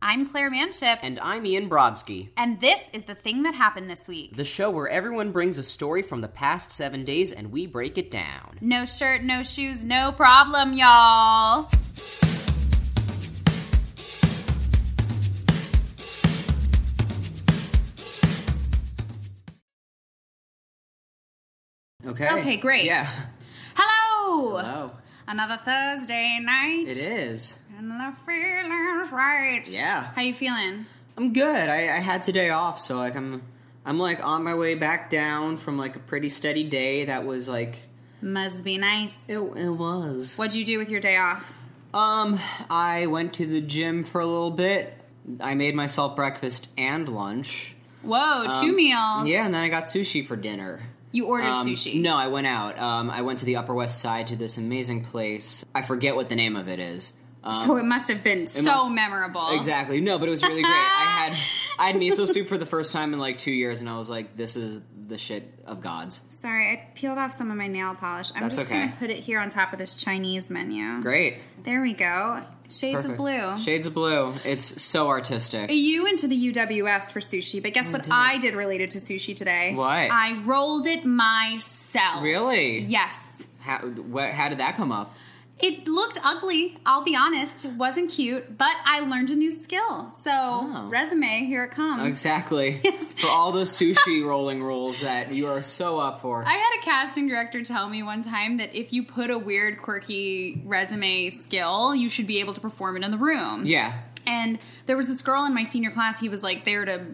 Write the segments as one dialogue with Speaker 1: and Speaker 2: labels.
Speaker 1: I'm Claire Manship,
Speaker 2: And I'm Ian Brodsky,
Speaker 1: and this is the thing that happened this week.
Speaker 2: the show where everyone brings a story from the past seven days and we break it down.
Speaker 1: No shirt, no shoes, no problem, y'all.
Speaker 2: Okay.
Speaker 1: Okay, great.
Speaker 2: Yeah.
Speaker 1: Hello!
Speaker 2: Hello.
Speaker 1: Another Thursday night.
Speaker 2: It is.
Speaker 1: And the feeling's right.
Speaker 2: Yeah.
Speaker 1: How you feeling?
Speaker 2: I'm good. I, I had today off, so like I'm I'm like on my way back down from like a pretty steady day that was like
Speaker 1: Must be nice.
Speaker 2: it, it was.
Speaker 1: What'd you do with your day off?
Speaker 2: Um, I went to the gym for a little bit. I made myself breakfast and lunch.
Speaker 1: Whoa, two
Speaker 2: Um,
Speaker 1: meals.
Speaker 2: Yeah, and then I got sushi for dinner.
Speaker 1: You ordered
Speaker 2: Um,
Speaker 1: sushi.
Speaker 2: No, I went out. Um, I went to the Upper West Side to this amazing place. I forget what the name of it is. Um,
Speaker 1: So it must have been so
Speaker 2: must-
Speaker 1: memorable.
Speaker 2: exactly. No, but it was really great. I had I had miso soup for the first time in like two years, and I was like, "This is the shit of gods."
Speaker 1: Sorry, I peeled off some of my nail polish. I'm
Speaker 2: That's
Speaker 1: just
Speaker 2: okay.
Speaker 1: gonna put it here on top of this Chinese menu.
Speaker 2: Great.
Speaker 1: There we go. Shades
Speaker 2: Perfect.
Speaker 1: of blue.
Speaker 2: Shades of blue. It's so artistic.
Speaker 1: you went to the UWS for sushi, but guess what
Speaker 2: did.
Speaker 1: I did related to sushi today?
Speaker 2: What?
Speaker 1: I rolled it myself.
Speaker 2: Really?
Speaker 1: Yes.
Speaker 2: How, what, how did that come up?
Speaker 1: It looked ugly, I'll be honest. It wasn't cute, but I learned a new skill. So,
Speaker 2: Oh.
Speaker 1: resume, here it comes.
Speaker 2: Exactly.
Speaker 1: Yes.
Speaker 2: For all those sushi rolling rules that you are so up for.
Speaker 1: I had a casting director tell me one time that if you put a weird, quirky resume skill, you should be able to perform it in the room.
Speaker 2: yeah.
Speaker 1: And there was this girl in my senior class. He was like there to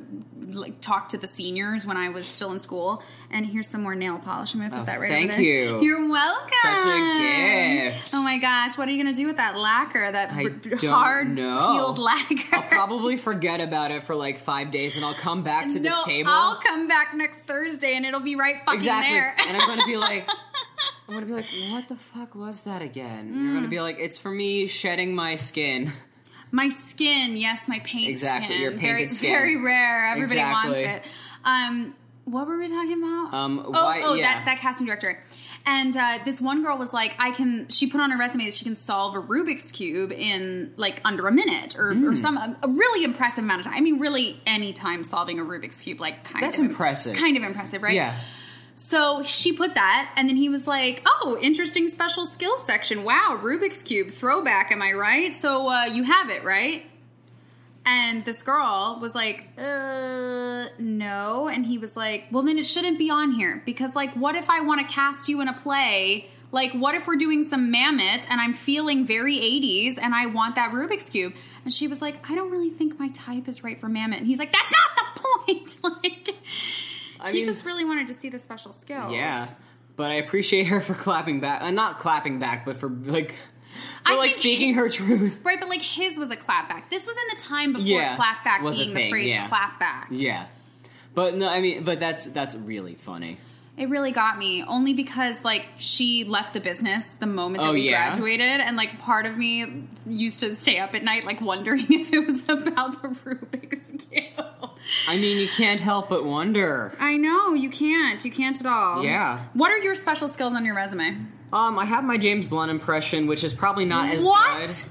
Speaker 1: like talk to the seniors when I was still in school. And here's some more nail polish. I'm gonna put
Speaker 2: Oh,
Speaker 1: that right.
Speaker 2: thank
Speaker 1: over there.
Speaker 2: you.
Speaker 1: You're welcome.
Speaker 2: Such a gift.
Speaker 1: Oh my gosh, what are you gonna do with that lacquer? That
Speaker 2: I
Speaker 1: r-
Speaker 2: don't
Speaker 1: hard
Speaker 2: know.
Speaker 1: peeled lacquer.
Speaker 2: I'll probably forget about it for like five days, and I'll come back to this
Speaker 1: no,
Speaker 2: table.
Speaker 1: I'll come back next Thursday and it'll be right fucking
Speaker 2: exactly.
Speaker 1: there.
Speaker 2: and I'm gonna be like, I'm gonna be like, what the fuck was that again? And You're
Speaker 1: Mm.
Speaker 2: gonna be like, it's for me shedding my skin.
Speaker 1: my skin, yes, my paint
Speaker 2: Exactly,
Speaker 1: skin.
Speaker 2: your painted
Speaker 1: very,
Speaker 2: skin.
Speaker 1: Very rare. Everybody
Speaker 2: Exactly.
Speaker 1: wants it. Um, what were we talking about?
Speaker 2: Um,
Speaker 1: oh,
Speaker 2: why-
Speaker 1: oh,
Speaker 2: yeah.
Speaker 1: that, that casting director. And uh, this one girl was like, I can. She put on her resume that she can solve a Rubik's cube in like under a minute or,
Speaker 2: Hmm.
Speaker 1: or some a really impressive amount of time. I mean, really any time solving a Rubik's cube, like kind
Speaker 2: That's
Speaker 1: of
Speaker 2: impressive.
Speaker 1: Kind of impressive, right?
Speaker 2: Yeah.
Speaker 1: So she put that, and then he was like, "Oh, interesting special skills section. Wow, Rubik's cube throwback. Am I right? So uh, you have it, right?" And this girl was like, "Uh, no." And he was like, "Well, then it shouldn't be on here because, like, what if I want to cast you in a play?" Like, what if we're doing some Mammoth and I'm feeling very 80s and I want that Rubik's Cube? And she was like, I don't really think my type is right for Mammoth. And he's like, That's not the point. like,
Speaker 2: I
Speaker 1: he
Speaker 2: mean,
Speaker 1: just really wanted to see the special skills.
Speaker 2: yeah. But I appreciate her for clapping back, uh, not clapping back, but for like, for
Speaker 1: I
Speaker 2: like
Speaker 1: think-
Speaker 2: speaking her truth.
Speaker 1: Right, but like his was a clapback. This was in the time before
Speaker 2: Yeah,
Speaker 1: clapback
Speaker 2: was a
Speaker 1: being the
Speaker 2: thing,
Speaker 1: phrase
Speaker 2: yeah.
Speaker 1: clapback.
Speaker 2: Yeah. But no, I mean, but that's that's really funny.
Speaker 1: It really got me, only because like she left the business the moment that
Speaker 2: Oh,
Speaker 1: we
Speaker 2: yeah?
Speaker 1: graduated, and like part of me used to stay up at night like wondering if it was about the Rubik's cube.
Speaker 2: I mean, you can't help but wonder.
Speaker 1: I know you can't, you can't at all.
Speaker 2: Yeah.
Speaker 1: What are your special skills on your resume?
Speaker 2: Um, I have my James Blunt impression, which is probably not as
Speaker 1: what?
Speaker 2: good.
Speaker 1: There's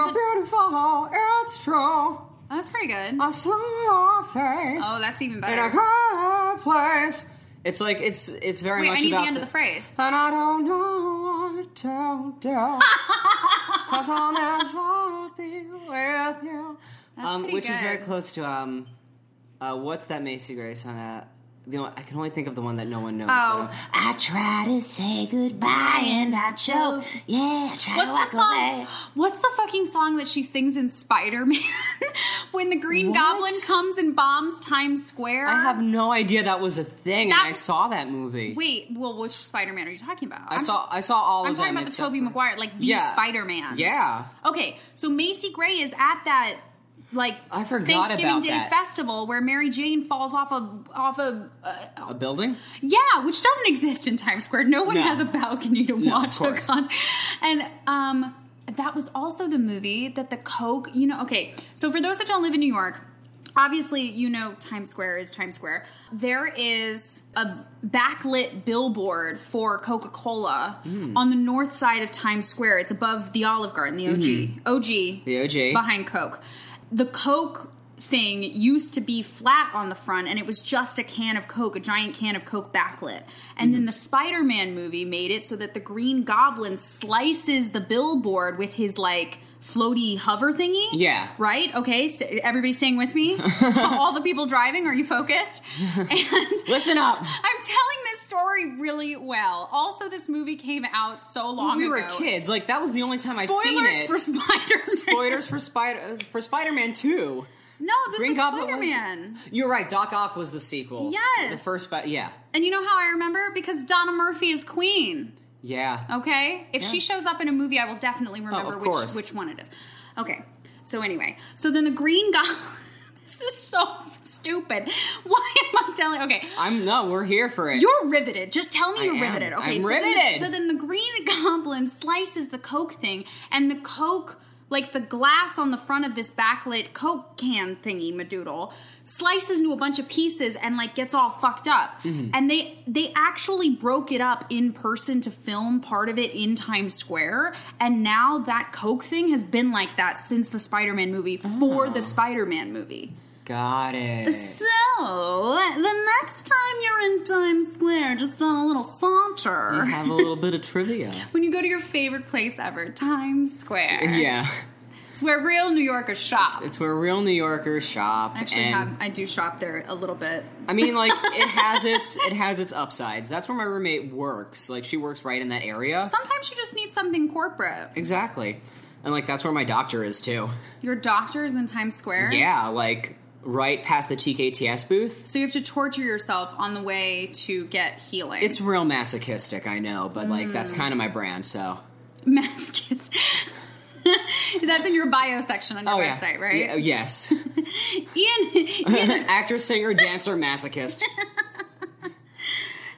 Speaker 1: a,
Speaker 2: beautiful, it's true.
Speaker 1: oh, that's pretty good.
Speaker 2: I saw your face
Speaker 1: Oh, that's even
Speaker 2: in a
Speaker 1: better.
Speaker 2: crowded place. It's like it's it's very
Speaker 1: Wait,
Speaker 2: much
Speaker 1: I need the
Speaker 2: about
Speaker 1: end of the phrase.
Speaker 2: And I don't know what to do cause I'll never be with you.
Speaker 1: That's
Speaker 2: um,
Speaker 1: pretty
Speaker 2: which is very
Speaker 1: good.
Speaker 2: close to um, uh, what's that Macy Gray song? Uh, you know, I can only think of the one that no one knows.
Speaker 1: Oh.
Speaker 2: but, um, I try to say goodbye and I choke. Yeah, Oh, I
Speaker 1: Oh.
Speaker 2: try
Speaker 1: What's
Speaker 2: to
Speaker 1: the
Speaker 2: walk
Speaker 1: song?
Speaker 2: away.
Speaker 1: What's the fucking song that she sings in Spider Man when the Green
Speaker 2: What?
Speaker 1: Goblin comes and bombs Times Square?
Speaker 2: I have no idea that was a thing, and
Speaker 1: That-
Speaker 2: I saw that movie.
Speaker 1: Wait, well, which Spider Man are you talking about?
Speaker 2: I saw I saw all
Speaker 1: I'm
Speaker 2: of
Speaker 1: talking
Speaker 2: them
Speaker 1: about the
Speaker 2: except
Speaker 1: Tobey
Speaker 2: for-
Speaker 1: Maguire, like the
Speaker 2: Yeah.
Speaker 1: Spider Man.
Speaker 2: Yeah.
Speaker 1: Okay, so Macy Gray is at that like
Speaker 2: I forgot
Speaker 1: Thanksgiving
Speaker 2: about
Speaker 1: Day
Speaker 2: that.
Speaker 1: festival where Mary Jane falls off a off a uh,
Speaker 2: A building?
Speaker 1: Yeah, which doesn't exist in Times Square. No one
Speaker 2: No.
Speaker 1: has a balcony to
Speaker 2: No,
Speaker 1: watch
Speaker 2: of
Speaker 1: a
Speaker 2: course.
Speaker 1: concert. And um, that was also the movie that the Coke, you know, okay, so for those that don't live in New York, obviously, you know, Times Square is Times Square. There is a backlit billboard for Coca Cola
Speaker 2: Hmm.
Speaker 1: on the north side of Times Square. It's above the Olive Garden, the OG. OG
Speaker 2: Mm-hmm. The OG.
Speaker 1: behind Coke. the Coke thing used to be flat on the front and it was just a can of Coke, a giant can of Coke backlit. And
Speaker 2: Mm-hmm.
Speaker 1: then the Spider Man movie made it so that the Green Goblin slices the billboard with his like floaty hover thingy.
Speaker 2: Yeah.
Speaker 1: Right? Okay, so everybody staying with me? All the people driving, are you focused? And
Speaker 2: Listen up.
Speaker 1: I'm telling this story really well. Also, this movie came out so long
Speaker 2: we
Speaker 1: ago.
Speaker 2: were kids. Like that was the only time
Speaker 1: Spoilers
Speaker 2: I've seen it.
Speaker 1: for Spider-Man.
Speaker 2: Spoilers for Spider for Spider Man Two.
Speaker 1: No, this
Speaker 2: Green
Speaker 1: is
Speaker 2: Goblin was-
Speaker 1: Spider-Man.
Speaker 2: You're right. Doc Ock was the sequel.
Speaker 1: Yes.
Speaker 2: The first, but yeah,
Speaker 1: And you know how I remember? Because Donna Murphy is Queen.
Speaker 2: yeah.
Speaker 1: Oh. Okay? If she shows up in a movie, I will definitely remember
Speaker 2: Oh, of
Speaker 1: which
Speaker 2: course.
Speaker 1: which one it is. Okay. So anyway, so then the Green Goblin. this is so stupid. Why am I telling? Okay.
Speaker 2: I'm no. We're here for it.
Speaker 1: You're riveted. Just tell me
Speaker 2: I
Speaker 1: you're
Speaker 2: am.
Speaker 1: riveted. Okay,
Speaker 2: I'm
Speaker 1: so Then,
Speaker 2: riveted.
Speaker 1: so then the green goblin slices the Coke thing, and the Coke, like the glass on the front of this backlit Coke can thingy, Madoodle, slices into a bunch of pieces and like gets all fucked up.
Speaker 2: Mm-hmm.
Speaker 1: And they they actually broke it up in person to film part of it in Times Square, and now that Coke thing has been like that since the Spider-Man movie for
Speaker 2: Oh.
Speaker 1: the Spider-Man movie.
Speaker 2: Got it.
Speaker 1: So, the next time you're in Times Square, just on a little saunter.
Speaker 2: Have a little bit of trivia.
Speaker 1: When you go to your favorite place ever, Times Square.
Speaker 2: Yeah,
Speaker 1: It's where real New Yorkers shop.
Speaker 2: it's where real New Yorkers shop.
Speaker 1: I actually
Speaker 2: and
Speaker 1: have, I do shop there a little bit.
Speaker 2: I mean, like it has its it has its upsides. That's where my roommate works. Like she works right in that area.
Speaker 1: Sometimes you just need something corporate.
Speaker 2: exactly, and like that's where my doctor is too.
Speaker 1: Your doctor's in Times Square.
Speaker 2: Yeah, like right past the TKTS booth.
Speaker 1: So you have to torture yourself on the way to get healing.
Speaker 2: It's real masochistic, I know, but like
Speaker 1: Mm.
Speaker 2: that's kind of my brand. So
Speaker 1: masochist. That's in your bio section on your
Speaker 2: Oh, yeah.
Speaker 1: website, right?
Speaker 2: Yeah, yes,
Speaker 1: Ian, Ian is
Speaker 2: actress, singer, dancer, masochist.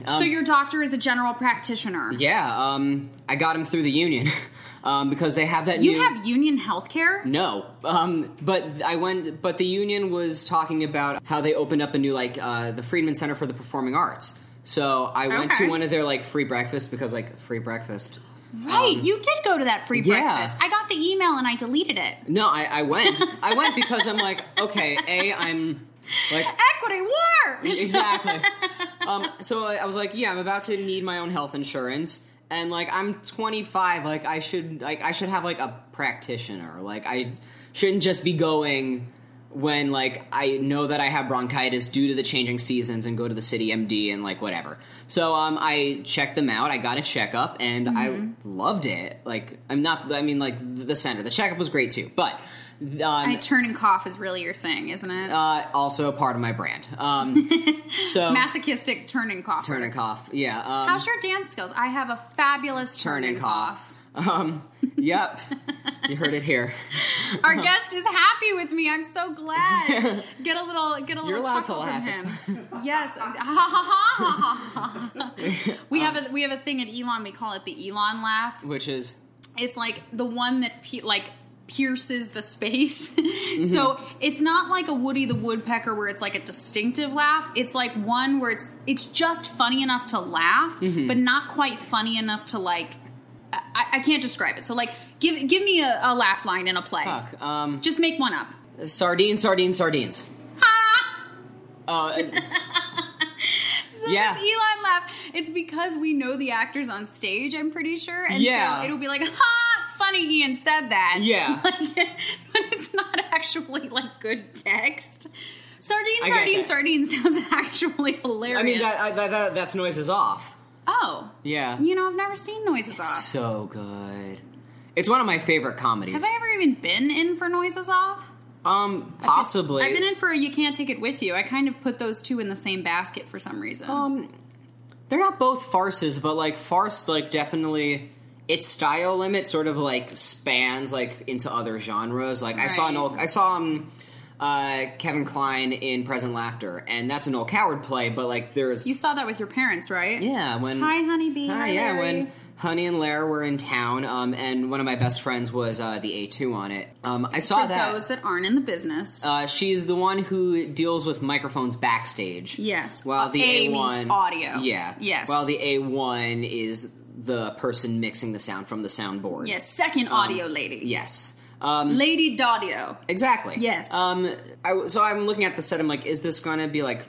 Speaker 2: Um,
Speaker 1: so your doctor is a general practitioner.
Speaker 2: Yeah, um, I got him through the union um, because they have that.
Speaker 1: You
Speaker 2: new-
Speaker 1: have union healthcare?
Speaker 2: No, um, but I went. But the union was talking about how they opened up a new like uh, the Friedman Center for the Performing Arts. So I went
Speaker 1: Okay.
Speaker 2: to one of their like free breakfasts because like free breakfast.
Speaker 1: Right, you did go to that free
Speaker 2: yeah.
Speaker 1: breakfast. I got the email and I deleted it.
Speaker 2: No, I, I went. I went because I'm like, okay, a I'm like
Speaker 1: Equity works.
Speaker 2: exactly. um, so I I was like, yeah, I'm about to need my own health insurance, and like I'm 25, like I should like I should have like a practitioner. Like I shouldn't just be going when like I know that I have bronchitis due to the changing seasons and go to the city MD and like whatever. So um, I checked them out. I got a checkup and I loved it. Like I'm not. I mean, like the center, the checkup was great too, but. Um,
Speaker 1: I turn and cough is really your thing, isn't it?
Speaker 2: uh, also part of my brand. Um, so
Speaker 1: Masochistic turn and cough.
Speaker 2: turn and cough. Yeah. Um,
Speaker 1: How's your dance skills? I have a fabulous turn, and cough.
Speaker 2: Um, yep. you heard it here.
Speaker 1: Our guest is happy with me. I'm so glad. Get a little, get a little
Speaker 2: allowed to
Speaker 1: chuckle from
Speaker 2: laugh,
Speaker 1: him. yes. Ha, ha, ha, ha, ha. We
Speaker 2: Um,
Speaker 1: have a we have a thing at Elon. We call it the Elon laugh.
Speaker 2: Which is
Speaker 1: it's like the one that pe- like pierces the space. So it's not like a Woody the Woodpecker where it's like a distinctive laugh. It's like one where it's it's just funny enough to laugh, but not quite funny enough to like. I, I can't describe it. So like, give give me a, a laugh line in a play.
Speaker 2: fuck. Um,
Speaker 1: Just make one up.
Speaker 2: sardines, sardines, sardines.
Speaker 1: Ha!
Speaker 2: Uh,
Speaker 1: So
Speaker 2: Yeah.
Speaker 1: this Elon laugh. It's because we know the actors on stage. I'm pretty sure, and
Speaker 2: Yeah.
Speaker 1: so it'll be like, "Ha! Funny Ian said that."
Speaker 2: Yeah.
Speaker 1: like, but it's not actually like good text. Sardine,
Speaker 2: I get
Speaker 1: sardine,
Speaker 2: that.
Speaker 1: sardine sounds actually hilarious.
Speaker 2: I mean that, I- that, that that's noises off.
Speaker 1: oh,
Speaker 2: Yeah.
Speaker 1: you know, I've never seen noises off.
Speaker 2: So good. It's one of my favorite comedies.
Speaker 1: Have I ever even been in for noises off?
Speaker 2: um, possibly.
Speaker 1: I've been in for you can't take it with you. I kind of put those two in the same basket for some reason.
Speaker 2: um, they're not both farces, but like farce, like definitely. Its style limit sort of like spans like into other genres. Like I saw an
Speaker 1: Right.
Speaker 2: old, I saw um, uh, Kevin Klein in Present Laughter, and that's an old coward play. But like there's
Speaker 1: you saw that with your parents, right?
Speaker 2: Yeah, when
Speaker 1: Hi, honeybee.
Speaker 2: Hi,
Speaker 1: Hi,
Speaker 2: yeah,
Speaker 1: Larry.
Speaker 2: when Honey and Lair were in town, um, and one of my best friends was uh, the A two on it. Um, I saw
Speaker 1: For
Speaker 2: that.
Speaker 1: those that aren't in the business.
Speaker 2: uh, she's the one who deals with microphones backstage.
Speaker 1: Yes.
Speaker 2: While
Speaker 1: Uh,
Speaker 2: the
Speaker 1: A
Speaker 2: A
Speaker 1: means
Speaker 2: one
Speaker 1: audio.
Speaker 2: Yeah.
Speaker 1: Yes.
Speaker 2: While the A one is the person mixing the sound from the soundboard.
Speaker 1: yes, second audio lady.
Speaker 2: Yes.
Speaker 3: Um,
Speaker 1: Lady Daudio.
Speaker 3: exactly.
Speaker 1: Yes.
Speaker 3: Um, I w so I'm looking at the set. I'm like, is this gonna be like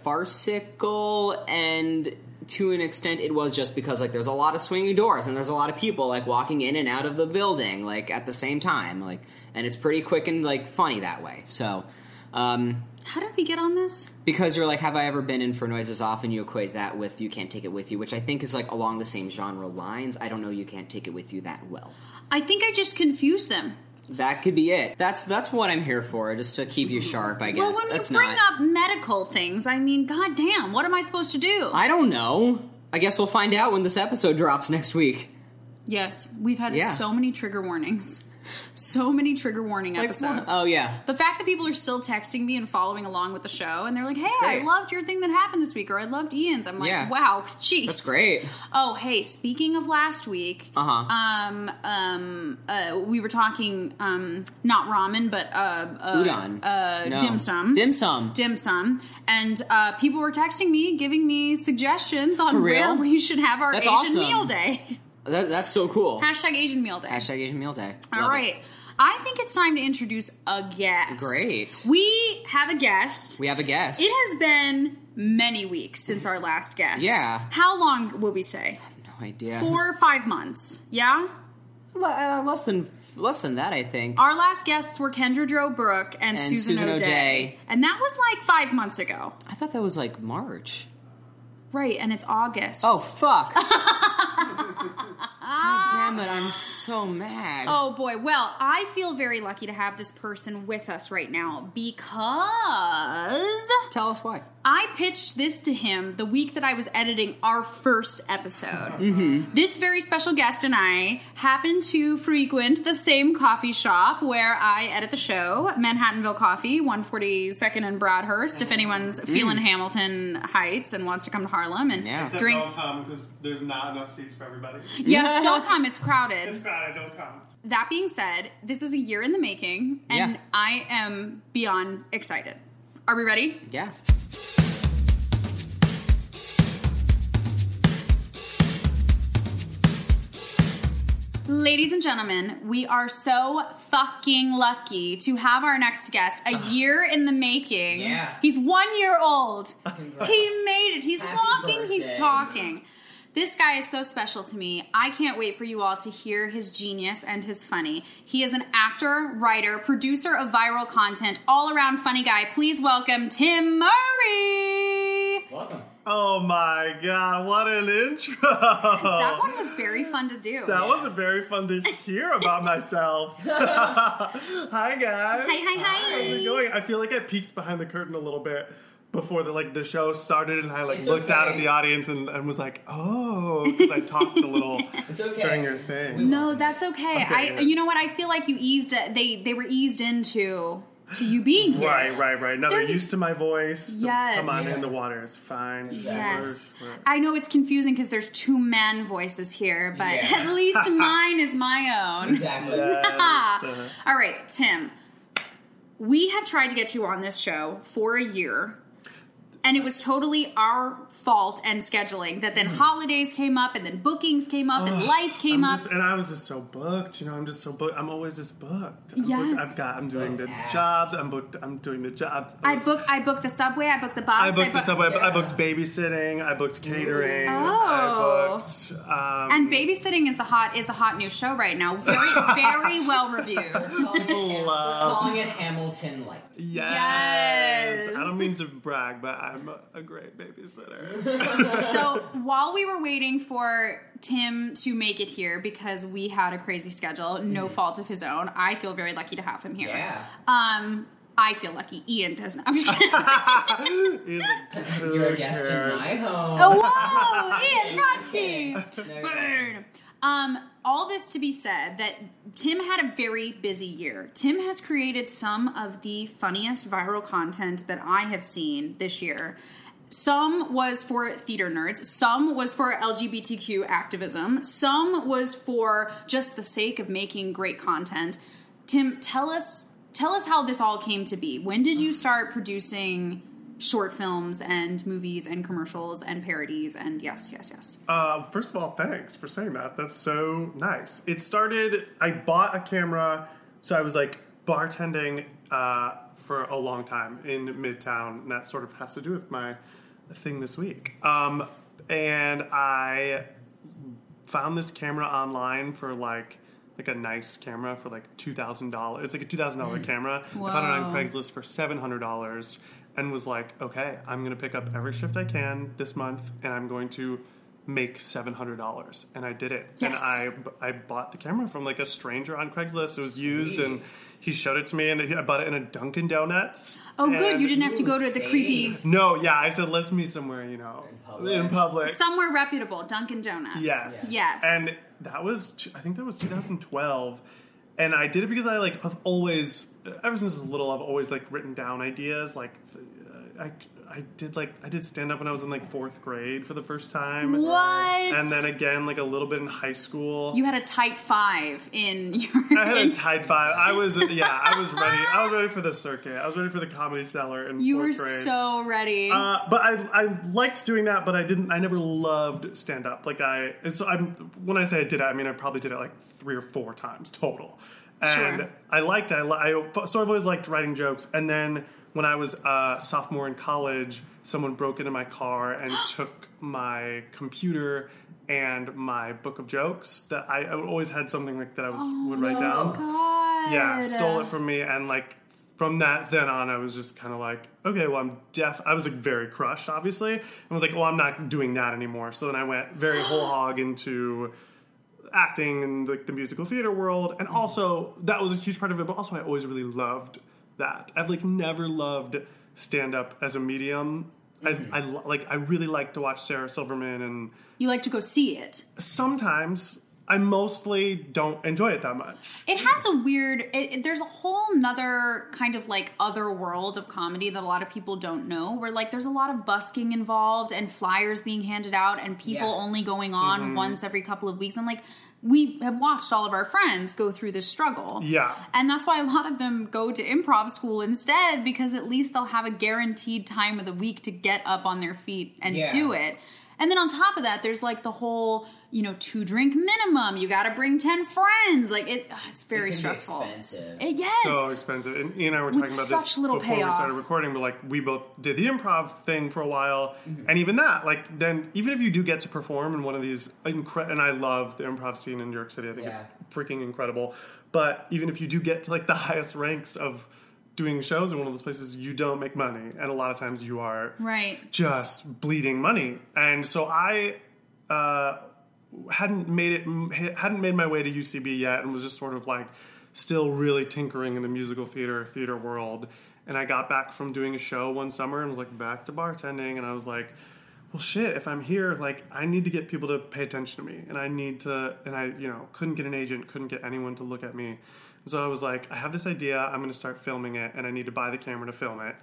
Speaker 3: farcical? And to an extent, it was just because like there's a lot of swinging doors and there's a lot of people like walking in and out of the building like at the same time. Like, and it's pretty quick and like funny that way. So. Um,
Speaker 1: How did we get on this?
Speaker 3: because you're like, have I ever been in for noises off? And you equate that with you can't take it with you, which I think is like along the same genre lines. I don't know, you can't take it with you that well.
Speaker 1: I think I just confused them.
Speaker 3: That could be it. That's that's what I'm here for, just to keep you sharp, I guess.
Speaker 1: well, when
Speaker 3: that's
Speaker 1: you bring
Speaker 3: not.
Speaker 1: up medical things, I mean, goddamn, what am I supposed to do?
Speaker 3: I don't know. I guess we'll find out when this episode drops next week.
Speaker 1: yes, we've had
Speaker 3: Yeah.
Speaker 1: so many trigger warnings. So many trigger warning episodes.
Speaker 3: Oh yeah.
Speaker 1: the fact that people are still texting me and following along with the show, and they're like, "Hey, I
Speaker 3: great.
Speaker 1: loved your thing that happened this week," or "I loved Ian's," I'm like,
Speaker 3: Yeah.
Speaker 1: "Wow, jeez,
Speaker 3: That's great.
Speaker 1: Oh, hey, speaking of last week,
Speaker 3: Uh-huh.
Speaker 1: um, um, uh, we were talking um, not ramen, but uh, uh,
Speaker 3: Udon.
Speaker 1: uh,
Speaker 3: No.
Speaker 1: dim sum,
Speaker 3: Dim sum.
Speaker 1: dim sum, and uh, people were texting me, giving me suggestions on
Speaker 3: For
Speaker 1: where
Speaker 3: real?
Speaker 1: we should have our
Speaker 3: That's
Speaker 1: Asian
Speaker 3: awesome.
Speaker 1: meal day.
Speaker 3: That, that's so cool.
Speaker 1: Hashtag Asian meal day.
Speaker 3: Hashtag Asian Meal Day.
Speaker 1: All
Speaker 3: Love it.
Speaker 1: right, I think it's time to introduce a guest.
Speaker 3: Great.
Speaker 1: we have a guest.
Speaker 3: We have a guest.
Speaker 1: it has been many weeks since our last guest.
Speaker 3: Yeah.
Speaker 1: how long will we say?
Speaker 3: no idea.
Speaker 1: Four or five months. Yeah.
Speaker 3: Le- uh, less than less than that, I think.
Speaker 1: Our last guests were Kendra Joe Brook and,
Speaker 3: And
Speaker 1: Susan,
Speaker 3: Susan
Speaker 1: O'Day.
Speaker 3: O'Day.
Speaker 1: And that was like five months ago.
Speaker 3: I thought that was like March.
Speaker 1: Right, and it's August.
Speaker 3: Oh fuck! God damn it! I'm so mad.
Speaker 1: Oh boy. Well, I feel very lucky to have this person with us right now because
Speaker 3: Tell us why.
Speaker 1: I pitched this to him the week that I was editing our first episode.
Speaker 3: Mm-hmm.
Speaker 1: This very special guest and I happened to frequent the same coffee shop where I edit the show, Manhattanville Coffee, 142nd and Broadhurst. If anyone's feeling Hamilton Heights and wants to come to Harlem and
Speaker 3: Mm. Yeah.
Speaker 4: Except
Speaker 1: drink,
Speaker 4: don't come because there's not enough seats for everybody.
Speaker 1: yes, don't come. It's crowded.
Speaker 4: It's crowded. Don't come.
Speaker 1: that being said, this is a year in the making, and
Speaker 3: Yeah.
Speaker 1: I am beyond excited. Are we ready?
Speaker 3: Yeah.
Speaker 1: Ladies and gentlemen, we are so fucking lucky to have our next guest a year in the making.
Speaker 3: Yeah.
Speaker 1: He's one year old. He made it. He's
Speaker 3: Happy
Speaker 1: walking, he's
Speaker 3: birthday.
Speaker 1: talking. This guy is so special to me. I can't wait for you all to hear his genius and his funny. He is an actor, writer, producer of viral content, all around funny guy. Please welcome Tim Murray.
Speaker 2: Welcome.
Speaker 4: Oh my god! What an intro.
Speaker 1: That
Speaker 3: Oh.
Speaker 4: That,
Speaker 1: one was very fun to do.
Speaker 4: was very fun to hear about myself. hi guys.
Speaker 1: Hi, hi, hi.
Speaker 4: How's it going? I feel like I peeked behind the curtain a little bit before the like the show started, and I like
Speaker 2: It's
Speaker 4: looked out at
Speaker 2: okay.
Speaker 4: the audience and, and was like, oh, because I talked a little
Speaker 2: It's okay.
Speaker 4: during your thing.
Speaker 1: No, that's okay. I,
Speaker 4: Okay.
Speaker 1: you know what? I feel like you eased. They they were eased into to you being here.
Speaker 4: Right, right, right. Now they're
Speaker 1: They're-
Speaker 4: used to my voice. The-
Speaker 1: Yes.
Speaker 4: Come on in, the water is fine.
Speaker 1: Yes,
Speaker 4: We're- we're-
Speaker 1: I know it's confusing because there's two man voices here, but
Speaker 2: Yeah.
Speaker 1: at least mine is my own.
Speaker 2: Exactly.
Speaker 1: Ah.
Speaker 4: Yes, uh,
Speaker 1: All right, Tim. We have tried to get you on this show for a year, and it was totally our fault and scheduling that then holidays came up, and then bookings came up, and life came
Speaker 4: Mm-hmm. I'm
Speaker 1: up.
Speaker 4: just- and I was just so booked, you know. I'm just so booked. I'm always just booked. I'm
Speaker 1: Yes.
Speaker 4: booked. I've got. I'm doing the
Speaker 2: Booked half.
Speaker 4: jobs. I'm booked. I'm doing the jobs.
Speaker 1: I booked. I booked the subway. I booked the bus.
Speaker 4: I booked the
Speaker 1: booked-
Speaker 4: subway. I
Speaker 2: yeah.
Speaker 4: booked babysitting. I booked catering.
Speaker 1: Oh.
Speaker 4: I booked. Um,
Speaker 1: And babysitting is the hot is the hot new show right now. Very very well reviewed.
Speaker 2: We're
Speaker 4: love.
Speaker 2: calling it Hamilton Light.
Speaker 4: yes.
Speaker 1: Yes.
Speaker 4: I don't mean to brag, but I'm a, a great babysitter.
Speaker 1: So while we were waiting for Tim to make it here because we had a crazy schedule, no fault of his own. I feel very lucky to have him here.
Speaker 2: Yeah.
Speaker 1: Um, I feel lucky. Ian doesn't. I'm just kidding.
Speaker 2: You're a guest in my home.
Speaker 3: Oh,
Speaker 1: Whoa, Ian Brodsky.
Speaker 2: No, you're not.
Speaker 1: Burn. Um, all this to be said that Tim had a very busy year. Tim has created some of the funniest viral content that I have seen this year. Some was for theater nerds, some was for LGBTQ activism, some was for just the sake of making great content. Tim, tell us tell us how this all came to be. When did you start producing short films and movies and commercials and parodies and yes, yes, yes.
Speaker 4: Uh, first of all, thanks for saying that. That's so nice. It started. I bought a camera, so I was like, bartending uh, for a long time in Midtown, and that sort of has to do with my thing this week. Um, and I found this camera online for like like a nice camera for like two thousand dollars. It's like a two thousand dollar camera. I found it on
Speaker 1: Wow.
Speaker 4: Craigslist for seven hundred dollars, and was like, okay, I'm gonna pick up every shift I can this month, and I'm going to make seven hundred dollars. And I did it.
Speaker 1: Yes.
Speaker 4: And I I bought the camera from like a stranger on Craigslist. It was used, and he showed it to me, and I bought it in a Dunkin' Donuts.
Speaker 1: Oh, good.
Speaker 4: And-
Speaker 1: You didn't have to go to the
Speaker 2: Save.
Speaker 1: creepy
Speaker 4: No, yeah, I said let's meet somewhere, you know, in
Speaker 2: public.
Speaker 1: somewhere reputable, Dunkin' Donuts.
Speaker 4: Yes.
Speaker 1: Yes.
Speaker 4: And that was, t- I think that was 2012. And I did it because I like, I've always, ever since I was little, I've always like written down ideas. Like, th- I, I did like, I did stand up when I was in like fourth grade for the first time.
Speaker 1: what?
Speaker 4: And then again, like a little bit in high school.
Speaker 1: you had a tight five in your.
Speaker 4: I had a tied five. I was, yeah, I was ready. I was ready for the circuit. I was ready for the comedy cellar in
Speaker 1: you were
Speaker 4: fourth grade.
Speaker 1: so ready.
Speaker 4: Uh, but I, I liked doing that, but I didn't. I never loved stand up. Like I, so I'm when I say I did it, I mean I probably did it like three or four times total. And
Speaker 1: Sure.
Speaker 4: I liked it. I, li- I so I've always liked writing jokes. And then when I was uh, sophomore in college, someone broke into my car and took my computer and my book of jokes that I, I always had something like that I was, would write down.
Speaker 1: God.
Speaker 4: Yeah, stole
Speaker 1: uh,
Speaker 4: it from me, and like from that then on, I was just kind of like, okay, well, I'm deaf. I was like very crushed, obviously, and was like, well, I'm not doing that anymore. So then I went very whole hog into acting and like the musical theater world, and also that was a huge part of it. But also, I always really loved that. I've like never loved stand up as a medium. I, I lo- like I really like to watch Sarah Silverman and
Speaker 1: You like to go see it.
Speaker 4: sometimes I mostly don't enjoy it that much.
Speaker 1: It has a weird. It, it- there's a whole nother kind of like other world of comedy that a lot of people don't know. Where like there's a lot of busking involved and flyers being handed out and people
Speaker 2: Yeah.
Speaker 1: only going on once every couple of weeks. And like we have watched all of our friends go through this struggle.
Speaker 4: Yeah.
Speaker 1: And that's why a lot of them go to improv school instead because at least they'll have a guaranteed time of the week to get up on their feet and
Speaker 2: Yeah.
Speaker 1: do it. And then on top of that, there's like the whole, you know, two drink minimum. You got to bring 10 friends. Like it, ugh, it's
Speaker 2: It
Speaker 1: very
Speaker 2: can be
Speaker 1: stressful.
Speaker 2: expensive.
Speaker 1: Eh, yes.
Speaker 4: so expensive. And Ian and I were
Speaker 1: With
Speaker 4: talking about
Speaker 1: such
Speaker 4: this
Speaker 1: little
Speaker 4: before we started
Speaker 1: payoff.
Speaker 4: recording, but like we both did the improv thing for a while,
Speaker 1: Mm-hmm.
Speaker 4: and even that, like then even if you do get to perform in one of these, incre- and I love the improv scene in New York City, I think it's
Speaker 2: Yeah.
Speaker 4: freaking incredible. But even if you do get to like the highest ranks of doing shows in one of those places, you don't make money, and a lot of times you are
Speaker 1: right.
Speaker 4: just bleeding money. And so I uh, hadn't made it, hadn't made my way to UCB yet, and was just sort of like still really tinkering in the musical theater theater world. And I got back from doing a show one summer and was like back to bartending, and I was like. Well, shit. If I'm here, like, I need to get people to pay attention to me, and I need to, and I, you know, couldn't get an agent, couldn't get anyone to look at me, so I was like, I have this idea. I'm going to start filming it, and I need to buy the camera to film it.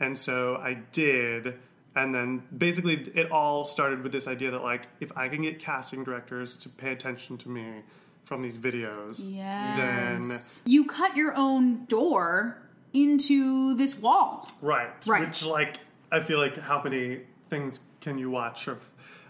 Speaker 4: And so I did. And then basically, it all started with this idea that, like, if I can get casting directors to pay attention to me from these videos,
Speaker 1: Yes. you cut your own door into this wall.
Speaker 4: then. Right.
Speaker 1: Right.
Speaker 4: Which, like, I feel like how many things can you watch of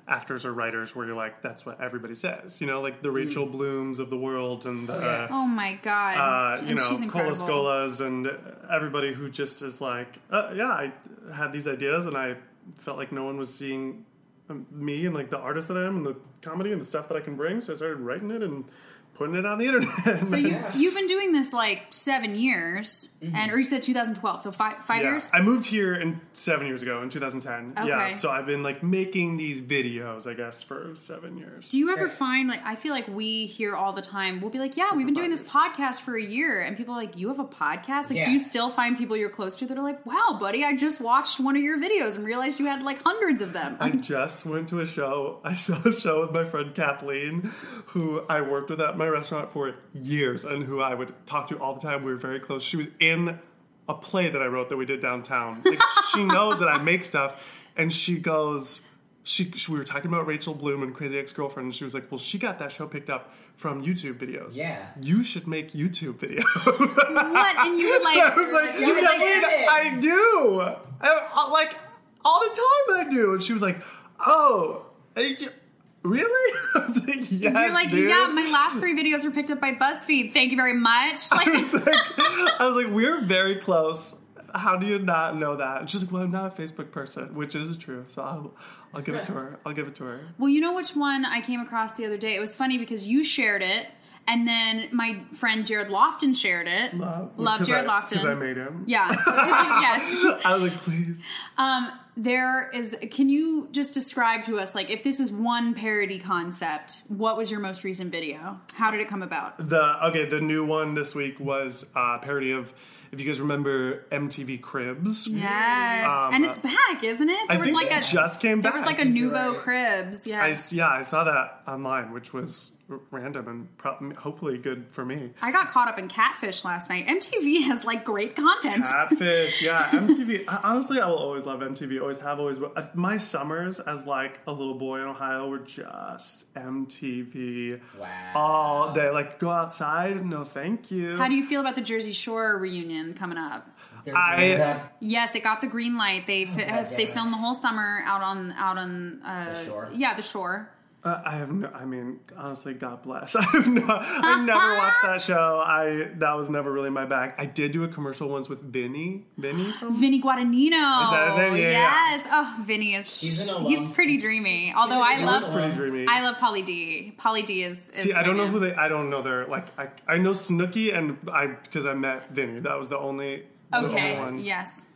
Speaker 4: actors or writers where you're like, that's what everybody says? You know, like the Rachel Blooms of the world and the.
Speaker 2: yeah.
Speaker 4: uh,
Speaker 1: Mm-hmm. Oh my God.
Speaker 4: uh, you
Speaker 1: and
Speaker 4: know,
Speaker 1: she's incredible.
Speaker 4: Colascolas and everybody who just is like, uh, yeah, I had these ideas and I felt like no one was seeing um, me and like the artist that I am and the comedy and the stuff that I can bring. So I started writing it and putting it on the internet.
Speaker 1: So you,
Speaker 2: Yeah.
Speaker 1: you've been doing this like seven years, and or you said 2012, so five five
Speaker 4: Mm-hmm. yeah,
Speaker 1: years.
Speaker 4: I moved here in seven years ago in 2010.
Speaker 1: Okay.
Speaker 4: Yeah, so I've been like making these videos, I guess, for seven years.
Speaker 1: Do you ever
Speaker 2: Right.
Speaker 1: find like I feel like we hear all the time? We'll be like, "Yeah, we've been doing this podcast for a year," and people are like, "You have a podcast?" Like, do
Speaker 2: Yeah.
Speaker 1: you still find people you're close to that are like, "Wow, buddy, I just watched one of your videos and realized you had like hundreds of them."
Speaker 4: I just went to a show. I saw a show with my friend Kathleen, who I worked with at my restaurant for years and who I would talk to all the time. We were very close. She was in a play that I wrote that we did downtown. Like, she knows that I make stuff, and she goes, she, she- we were talking about Rachel Bloom and Crazy Ex Girlfriend, and she was like, "Well, she got that show picked up from YouTube videos.
Speaker 2: Yeah.
Speaker 4: you should make YouTube videos."
Speaker 1: what? And you were
Speaker 4: I
Speaker 1: like,
Speaker 4: was like,
Speaker 2: You're like,
Speaker 4: Kathleen,
Speaker 2: "Kevin."
Speaker 4: I do. I, I- like all the time I do. And she was like, oh, I, really? I was like, yes,
Speaker 1: You're like,
Speaker 4: dude.
Speaker 1: yeah, my last three videos were picked up by BuzzFeed. Thank you very much. Like,
Speaker 4: I was like, we're very close. How do you not know that? And she's like, well, I'm not a Facebook person, which is true. So I'll, I'll give it to her. I'll give it to her.
Speaker 1: well, you know which one I came across the other day? It was funny because you shared it, and then my friend Jared Lofton shared it.
Speaker 4: Love,
Speaker 1: Love Jared
Speaker 4: Because
Speaker 1: Lofton.
Speaker 4: I made him.
Speaker 1: yeah. 'Cause you- yes.
Speaker 4: I was like, please.
Speaker 1: Um, there is. Can you just describe to us, like, if this is one parody concept, what was your most recent video? How did it come about?
Speaker 4: The okay, the new one this week was uh, parody of if you guys remember MTV Cribs.
Speaker 1: Yes, and it's back, isn't it? There
Speaker 4: Um, I
Speaker 1: was
Speaker 4: think
Speaker 1: like
Speaker 4: it
Speaker 1: a
Speaker 4: just came
Speaker 1: there
Speaker 4: back.
Speaker 1: was like a
Speaker 3: you're
Speaker 1: nouveau
Speaker 3: right.
Speaker 1: cribs.
Speaker 4: I
Speaker 1: Yes,
Speaker 4: s- yeah, I saw that online, which was r- random and pro- hopefully good for me.
Speaker 1: I got caught up in catfish last night. MTV has like great content.
Speaker 4: Catfish, yeah. MTV. I- Honestly, I will always love MTV. Always have. Always. will. Uh, My summers as like a little boy in Ohio were just MTV
Speaker 2: Wow.
Speaker 4: all day. Like go outside. No, thank you.
Speaker 1: How do you feel about the Jersey Shore reunion coming up?
Speaker 2: They're
Speaker 4: I-
Speaker 2: doing that
Speaker 1: Yes, it got the green light. They fi-
Speaker 2: Oh, God damn
Speaker 1: they
Speaker 2: it.
Speaker 1: filmed the whole summer out on out on uh,
Speaker 2: The shore?
Speaker 1: Yeah, the shore.
Speaker 4: Uh, I have no. I mean, honestly, God bless. I have no. I never watched that show. I that was never really my bag. I did do a commercial once with Vinny. Vinny from.
Speaker 1: Vinny Guadagnino.
Speaker 4: Is that his name? Yeah, yeah.
Speaker 1: yes. Oh, Vinny is
Speaker 2: He's an alum.
Speaker 1: he's pretty dreamy. Although I
Speaker 2: alum.
Speaker 1: love
Speaker 4: Pretty dreamy.
Speaker 1: I love Polly D. Polly D is, is
Speaker 4: See, I don't
Speaker 1: my
Speaker 4: know who
Speaker 1: man.
Speaker 4: they. I don't know their like. I, I know Snooki and I because I met Vinny. That was the only. those
Speaker 1: Okay.
Speaker 4: only ones.
Speaker 1: Yes.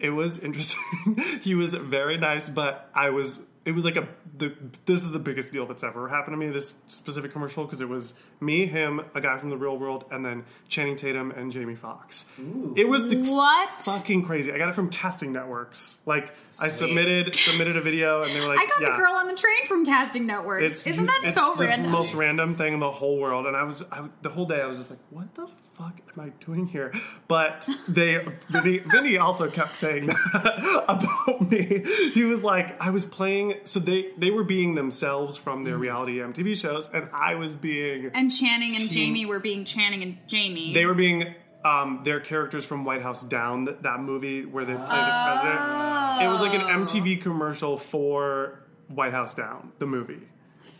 Speaker 4: It was interesting. he was very nice, but I was. It was like a. The, this is the biggest deal that's ever happened to me. This specific commercial because it was me, him, a guy from the real world, and then Channing Tatum and Jamie Foxx. It was the
Speaker 1: What?
Speaker 4: fucking crazy. I got it from casting networks. Like I submitted submitted a video and they were like,
Speaker 1: I got
Speaker 4: yeah,
Speaker 1: the girl on the train from casting networks.
Speaker 4: It's,
Speaker 1: Isn't that
Speaker 4: it's
Speaker 1: so
Speaker 4: the
Speaker 1: random?
Speaker 4: most random thing in the whole world. And I was I, the whole day I was just like, what the fuck am I doing here? But they Vinny, Vinny also kept saying that about me. He was like, I was playing. So they they were being themselves from
Speaker 1: Mm-hmm.
Speaker 4: their reality MTV shows, and I was being
Speaker 1: and Channing and Jamie were being Channing and Jamie.
Speaker 4: they were being um, their characters from White House Down, th- that movie where they played the president. It was like an
Speaker 1: Oh.
Speaker 4: MTV commercial for White House Down, the movie.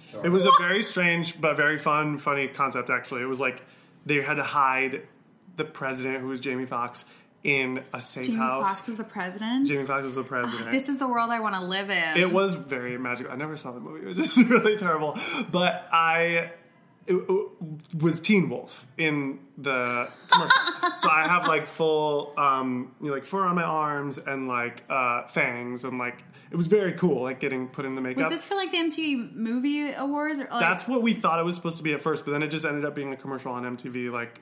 Speaker 2: Sure.
Speaker 4: It was a very strange but very fun, funny concept. Actually, it was like they had to hide the president, who was Jamie Foxx, in a safe
Speaker 1: Jamie
Speaker 4: house.
Speaker 1: Foxx is the president.
Speaker 4: Jamie Foxx was the president.
Speaker 1: This is the world I want to live in.
Speaker 4: It was very magical. I never saw the movie, which is really terrible. But I it- it was Teen Wolf in the commercial. so I have like full, um, you know, like fur on my arms and like uh, fangs and like it was very cool, like getting put in the
Speaker 1: Was
Speaker 4: makeup.
Speaker 1: this for like the MTV Movie Awards? Or, like,
Speaker 4: That's what we thought it was supposed to be at first, but then it just ended up being a commercial on MTV, like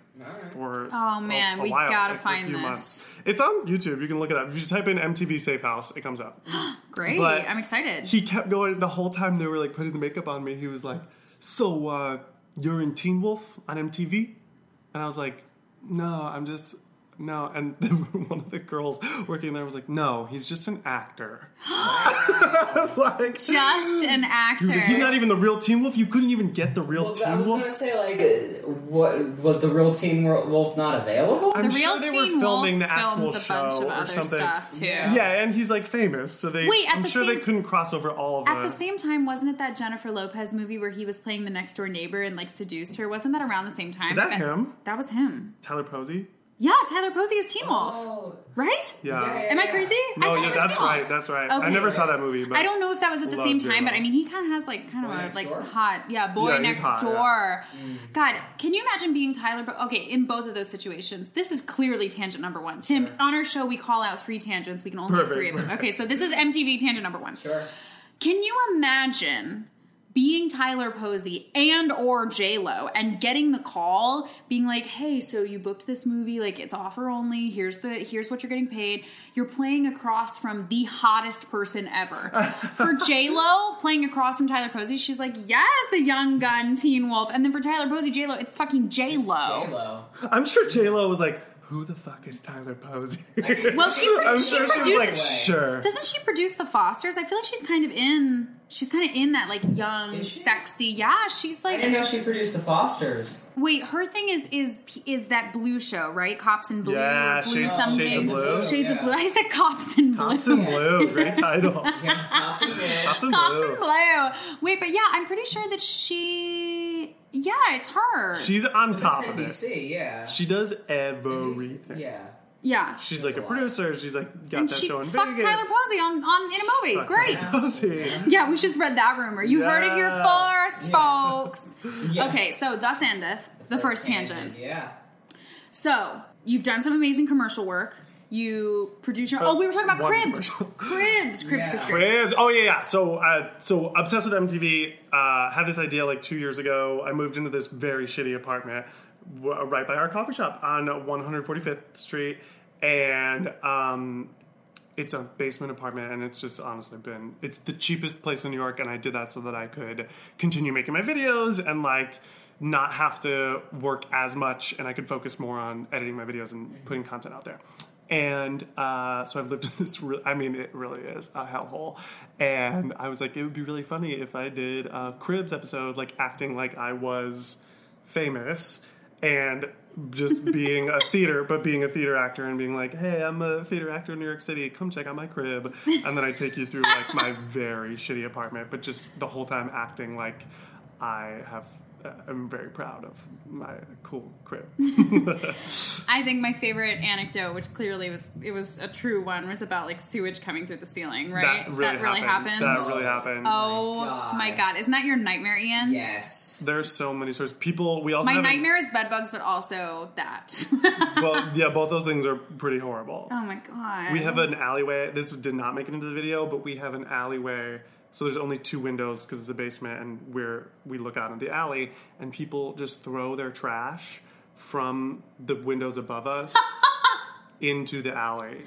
Speaker 4: for
Speaker 1: Oh, man,
Speaker 4: a, a
Speaker 1: we
Speaker 4: while,
Speaker 1: gotta
Speaker 4: like, for a
Speaker 1: find
Speaker 4: few
Speaker 1: this.
Speaker 4: months. It's on YouTube. You can look it up. If you just type in MTV Safe House, it comes up.
Speaker 1: great.
Speaker 4: but-
Speaker 1: I'm excited.
Speaker 4: he kept going the whole time they were like putting the makeup on me. He was like, "So uh, you're in Teen Wolf on MTV?" And I was like, "No, I'm just no." And then one of the girls working there was like, "No, he's just an actor." I was like,
Speaker 1: Just an actor.
Speaker 4: He's like, "He's not even the real Teen Wolf. You couldn't even get the real
Speaker 2: Well, I
Speaker 4: Teen
Speaker 2: was
Speaker 4: Wolf."
Speaker 2: gonna say like, uh, what was the real Teen Wor- Wolf not available?
Speaker 4: I'm
Speaker 1: the real
Speaker 4: sure they
Speaker 1: Teen
Speaker 4: were filming
Speaker 1: Wolf
Speaker 4: the actual
Speaker 1: films a bunch
Speaker 4: show
Speaker 1: of
Speaker 4: or
Speaker 1: other
Speaker 4: something.
Speaker 1: stuff too.
Speaker 4: Yeah, and he's like famous, so they.
Speaker 1: Wait, at
Speaker 4: I'm
Speaker 1: the
Speaker 4: sure they
Speaker 1: same-
Speaker 4: couldn't cross over all of
Speaker 1: At the same time, wasn't it that Jennifer Lopez movie where he was playing the next door neighbor and like seduced her? Wasn't that around the same time?
Speaker 4: Is that
Speaker 1: But-
Speaker 4: him?
Speaker 1: That was him.
Speaker 4: Tyler Posey.
Speaker 1: Yeah, Tyler Posey is Teen Wolf,
Speaker 2: Oh,
Speaker 1: right?
Speaker 4: yeah.
Speaker 1: Am I crazy?
Speaker 4: No,
Speaker 1: I thought
Speaker 4: yeah,
Speaker 1: it was
Speaker 4: that's
Speaker 1: Teen Wolf.
Speaker 4: right. That's right. I
Speaker 1: Okay.
Speaker 4: never saw that movie, but
Speaker 1: I don't know if that was at the
Speaker 4: Love
Speaker 1: same time, but
Speaker 4: J-Lo.
Speaker 1: I mean, he kind of has like kind of
Speaker 2: Boy
Speaker 1: a
Speaker 2: Next
Speaker 1: like
Speaker 2: Door? Mm.
Speaker 1: hot, yeah, boy
Speaker 4: Yeah, he's
Speaker 1: next
Speaker 4: hot, yeah.
Speaker 1: door. God, can you imagine being Tyler? But okay, in both of those situations, this is clearly tangent number one. Tim, on our show, we call out three tangents. We can only
Speaker 4: Perfect,
Speaker 1: have three of them.
Speaker 4: perfect.
Speaker 1: Okay, so this is MTV tangent number one.
Speaker 2: sure.
Speaker 1: Can you imagine? Being Tyler Posey and or J Lo and getting the call, being like, "Hey, so you booked this movie? Like it's offer only. Here's the here's what you're getting paid. You're playing across from the hottest person ever. for J Lo playing across from Tyler Posey, she's like, "Yes, a young gun, Teen Wolf." And then for Tyler Posey, J Lo, it's fucking J Lo.
Speaker 2: J-Lo.
Speaker 4: I'm sure J Lo was like, "Who the fuck is Tyler Posey?"
Speaker 1: Well, she,
Speaker 4: I'm
Speaker 1: she
Speaker 4: sure she was
Speaker 1: produced.
Speaker 4: like, "Sure."
Speaker 1: doesn't she produce the Fosters? I feel like she's kind of in She's kind of in that like young,
Speaker 2: Is she?
Speaker 1: sexy. Yeah, she's
Speaker 2: I
Speaker 1: like
Speaker 2: didn't know she produced the Fosters.
Speaker 1: Wait, her thing is is is that blue show, right? Cops in blue,
Speaker 4: Yeah,
Speaker 1: or blue
Speaker 4: Shades-
Speaker 1: something.
Speaker 4: Shades of Blue.
Speaker 1: Shades of
Speaker 2: Yeah.
Speaker 1: blue. I said cops in blue.
Speaker 4: Cops in Blue, great title.
Speaker 2: Yeah, Cops and Blue.
Speaker 4: Cops in
Speaker 1: Cops in
Speaker 4: Blue.
Speaker 1: blue. Wait, but yeah, I'm pretty sure that she. Yeah, it's her.
Speaker 4: She's on top
Speaker 2: It's
Speaker 4: of it.
Speaker 2: NBC, yeah.
Speaker 4: She does everything.
Speaker 2: Yeah.
Speaker 1: yeah,
Speaker 4: She's
Speaker 2: That's
Speaker 4: like
Speaker 2: a
Speaker 4: a
Speaker 2: lot.
Speaker 4: producer. She's like got
Speaker 1: and
Speaker 4: that
Speaker 1: she
Speaker 4: show in
Speaker 1: fucked
Speaker 4: Vegas.
Speaker 1: Tyler Posey on on in a movie.
Speaker 4: Fucked
Speaker 1: Great.
Speaker 4: Tyler Posey.
Speaker 1: Yeah, we should spread that rumor. You heard it here
Speaker 4: Yeah.
Speaker 1: first,
Speaker 2: Yeah.
Speaker 1: folks.
Speaker 2: Yeah.
Speaker 1: Okay, so thus endeth the, first, tangent.
Speaker 2: Yeah.
Speaker 1: So you've done some amazing commercial work. You produce your. Oh, we were talking about
Speaker 4: One
Speaker 1: cribs.
Speaker 4: commercial.
Speaker 1: cribs, cribs,
Speaker 2: Yeah.
Speaker 1: cribs, cribs.
Speaker 4: Cribs. Oh yeah, yeah. So, uh, so obsessed with MTV. Uh, had this idea like two years ago. I moved into this very shitty apartment w- right by our coffee shop on 145th Street, and um, it's a basement apartment. And it's just honestly been it's the cheapest place in New York. And I did that so that I could continue making my videos and like not have to work as much, and I could focus more on editing my videos and putting content out there and uh, so I've lived in this. Re- I mean, it really is a hellhole. And I was like, it would be really funny if I did a Cribs episode, like acting like I was famous and just being a theater, but being a theater actor and being like, hey, I'm a theater actor in New York City. Come check out my crib, and then I take you through like my very shitty apartment, but just the whole time acting like I have. uh, I'm very proud of my cool crib.
Speaker 1: I think my favorite anecdote, which clearly was it was a true one, was about like sewage coming through the ceiling. Right?
Speaker 4: That really, happened. That really happened.
Speaker 1: oh
Speaker 2: God.
Speaker 1: my god! Isn't that your nightmare, Ian?
Speaker 2: Yes.
Speaker 4: There's so many stories. People, we also
Speaker 1: My
Speaker 4: have
Speaker 1: nightmare is bed bugs, but also that.
Speaker 4: Well, yeah, both those things are pretty horrible.
Speaker 1: oh my god!
Speaker 4: We have an alleyway. This did not make it into the video, but we have an alleyway. So there's only two windows because it's a basement, and we're we look out into the alley, and people just throw their trash from the windows above us into the alley.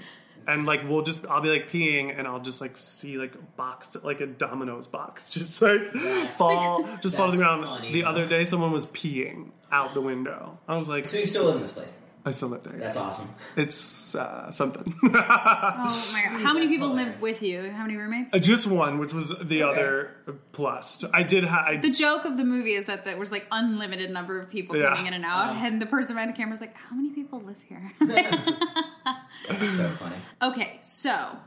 Speaker 4: And like we'll just I'll be like peeing and I'll just like see like a box like a Domino's box just like fall just fall
Speaker 2: that's
Speaker 4: to the ground.
Speaker 2: funny.
Speaker 4: The other day someone was peeing out the window. I was like
Speaker 2: So you still live in this place.
Speaker 4: I still live there.
Speaker 2: That's awesome.
Speaker 4: It's uh, something.
Speaker 1: oh my god! How many
Speaker 2: That's
Speaker 1: people live
Speaker 2: hilarious.
Speaker 1: with you? How many roommates?
Speaker 4: Uh, Just one, which was the other plus. I did. Ha- I,
Speaker 1: the joke of the movie is that there was like unlimited number of people
Speaker 4: Yeah.
Speaker 1: coming in and out,
Speaker 2: Oh.
Speaker 1: and the person behind the camera is like, "How many people live here?"
Speaker 2: That's so funny.
Speaker 1: okay, so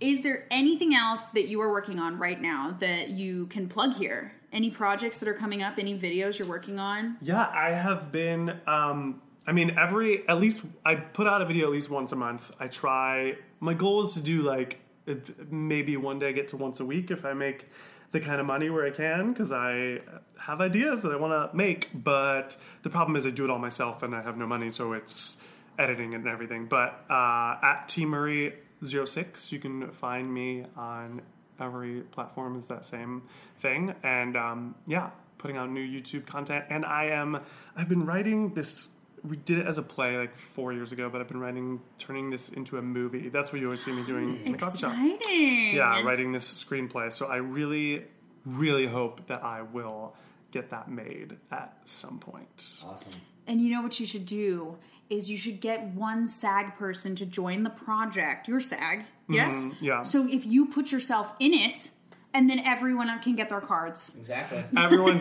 Speaker 1: is there anything else that you are working on right now that you can plug here? Any projects that are coming up? Any videos you're working on?
Speaker 4: yeah, I have been. Um, I mean, every at least I put out a video at least once a month. I try. My goal is to do like if, maybe one day get to once a week if I make the kind of money where I can because I have ideas that I want to make. But the problem is I do it all myself and I have no money, so it's editing and everything. But uh, at T Murray 06, you can find me on every platform is that same thing and um, yeah putting out new youtube content and i am i've been writing this we did it as a play like four years ago but i've been writing turning this into a movie that's what you always see me doing in the coffee shop
Speaker 1: Exciting.
Speaker 4: yeah writing this screenplay so i really really hope that i will get that made at some point
Speaker 2: Awesome.
Speaker 1: And you know what you should do is you should get one SAG person to join the project. Your SAG, yes?
Speaker 4: Mm-hmm. Mm, yeah.
Speaker 1: So if you put yourself in it, and then everyone can get their cards.
Speaker 2: Exactly.
Speaker 4: everyone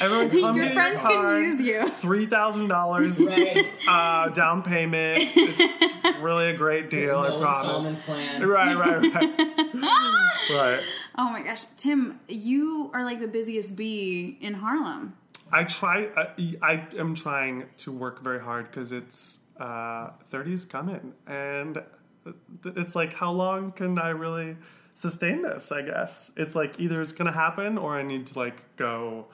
Speaker 4: everyone come
Speaker 1: Your
Speaker 4: get
Speaker 1: friends
Speaker 4: your
Speaker 1: can
Speaker 4: card.
Speaker 1: use you.
Speaker 4: $3000
Speaker 2: right.
Speaker 4: uh, down payment. It's really a great deal, I
Speaker 2: no
Speaker 4: promise.
Speaker 2: installment plan.
Speaker 4: Right, right, right. right.
Speaker 1: Oh my gosh, Tim, you are like the busiest bee in Harlem.
Speaker 4: I try. I, I am trying to work very hard because it's uh, 30s coming, and it's like, how long can I really sustain this? I guess it's like either it's gonna happen or I need to like go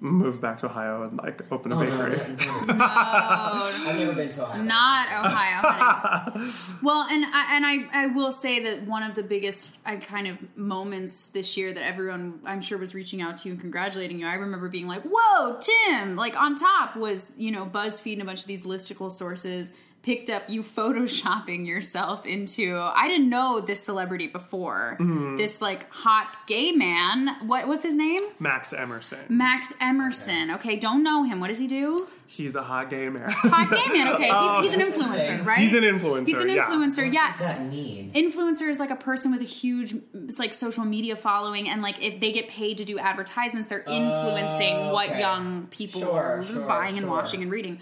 Speaker 4: move back to Ohio and like open a
Speaker 2: No, no,
Speaker 4: bakery.
Speaker 2: no. Um, I've never been to Ohio.
Speaker 1: Not Ohio. honey. well, and I, and I I will say that one of the biggest I kind of moments this year that everyone I'm sure was reaching out to you and congratulating you. I remember being like, "Whoa, Tim!" Like on top was you know BuzzFeed and a bunch of these listicle sources picked up you photoshopping yourself into I didn't know this celebrity before. This like hot gay man. What what's his name?
Speaker 4: Max Emerson.
Speaker 1: Max Emerson. Okay, don't know him. What does he do?
Speaker 4: He's a hot gay man.
Speaker 1: Hot gay man. Okay, he's, he's an
Speaker 2: That's his thing.
Speaker 1: influencer, right?
Speaker 4: Oh, He's an influencer.
Speaker 1: He's an
Speaker 4: yeah.
Speaker 1: influencer.
Speaker 2: What does
Speaker 1: Yes.
Speaker 2: that mean?
Speaker 1: Influencer is like a person with a huge like social media following, and like if they get paid to do advertisements, they're influencing what
Speaker 2: Oh, okay.
Speaker 1: young people
Speaker 2: Sure,
Speaker 1: are
Speaker 2: sure,
Speaker 1: buying and
Speaker 2: sure.
Speaker 1: watching and reading.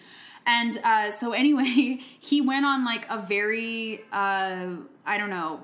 Speaker 1: And uh, so anyway, he went on like a very uh, I don't know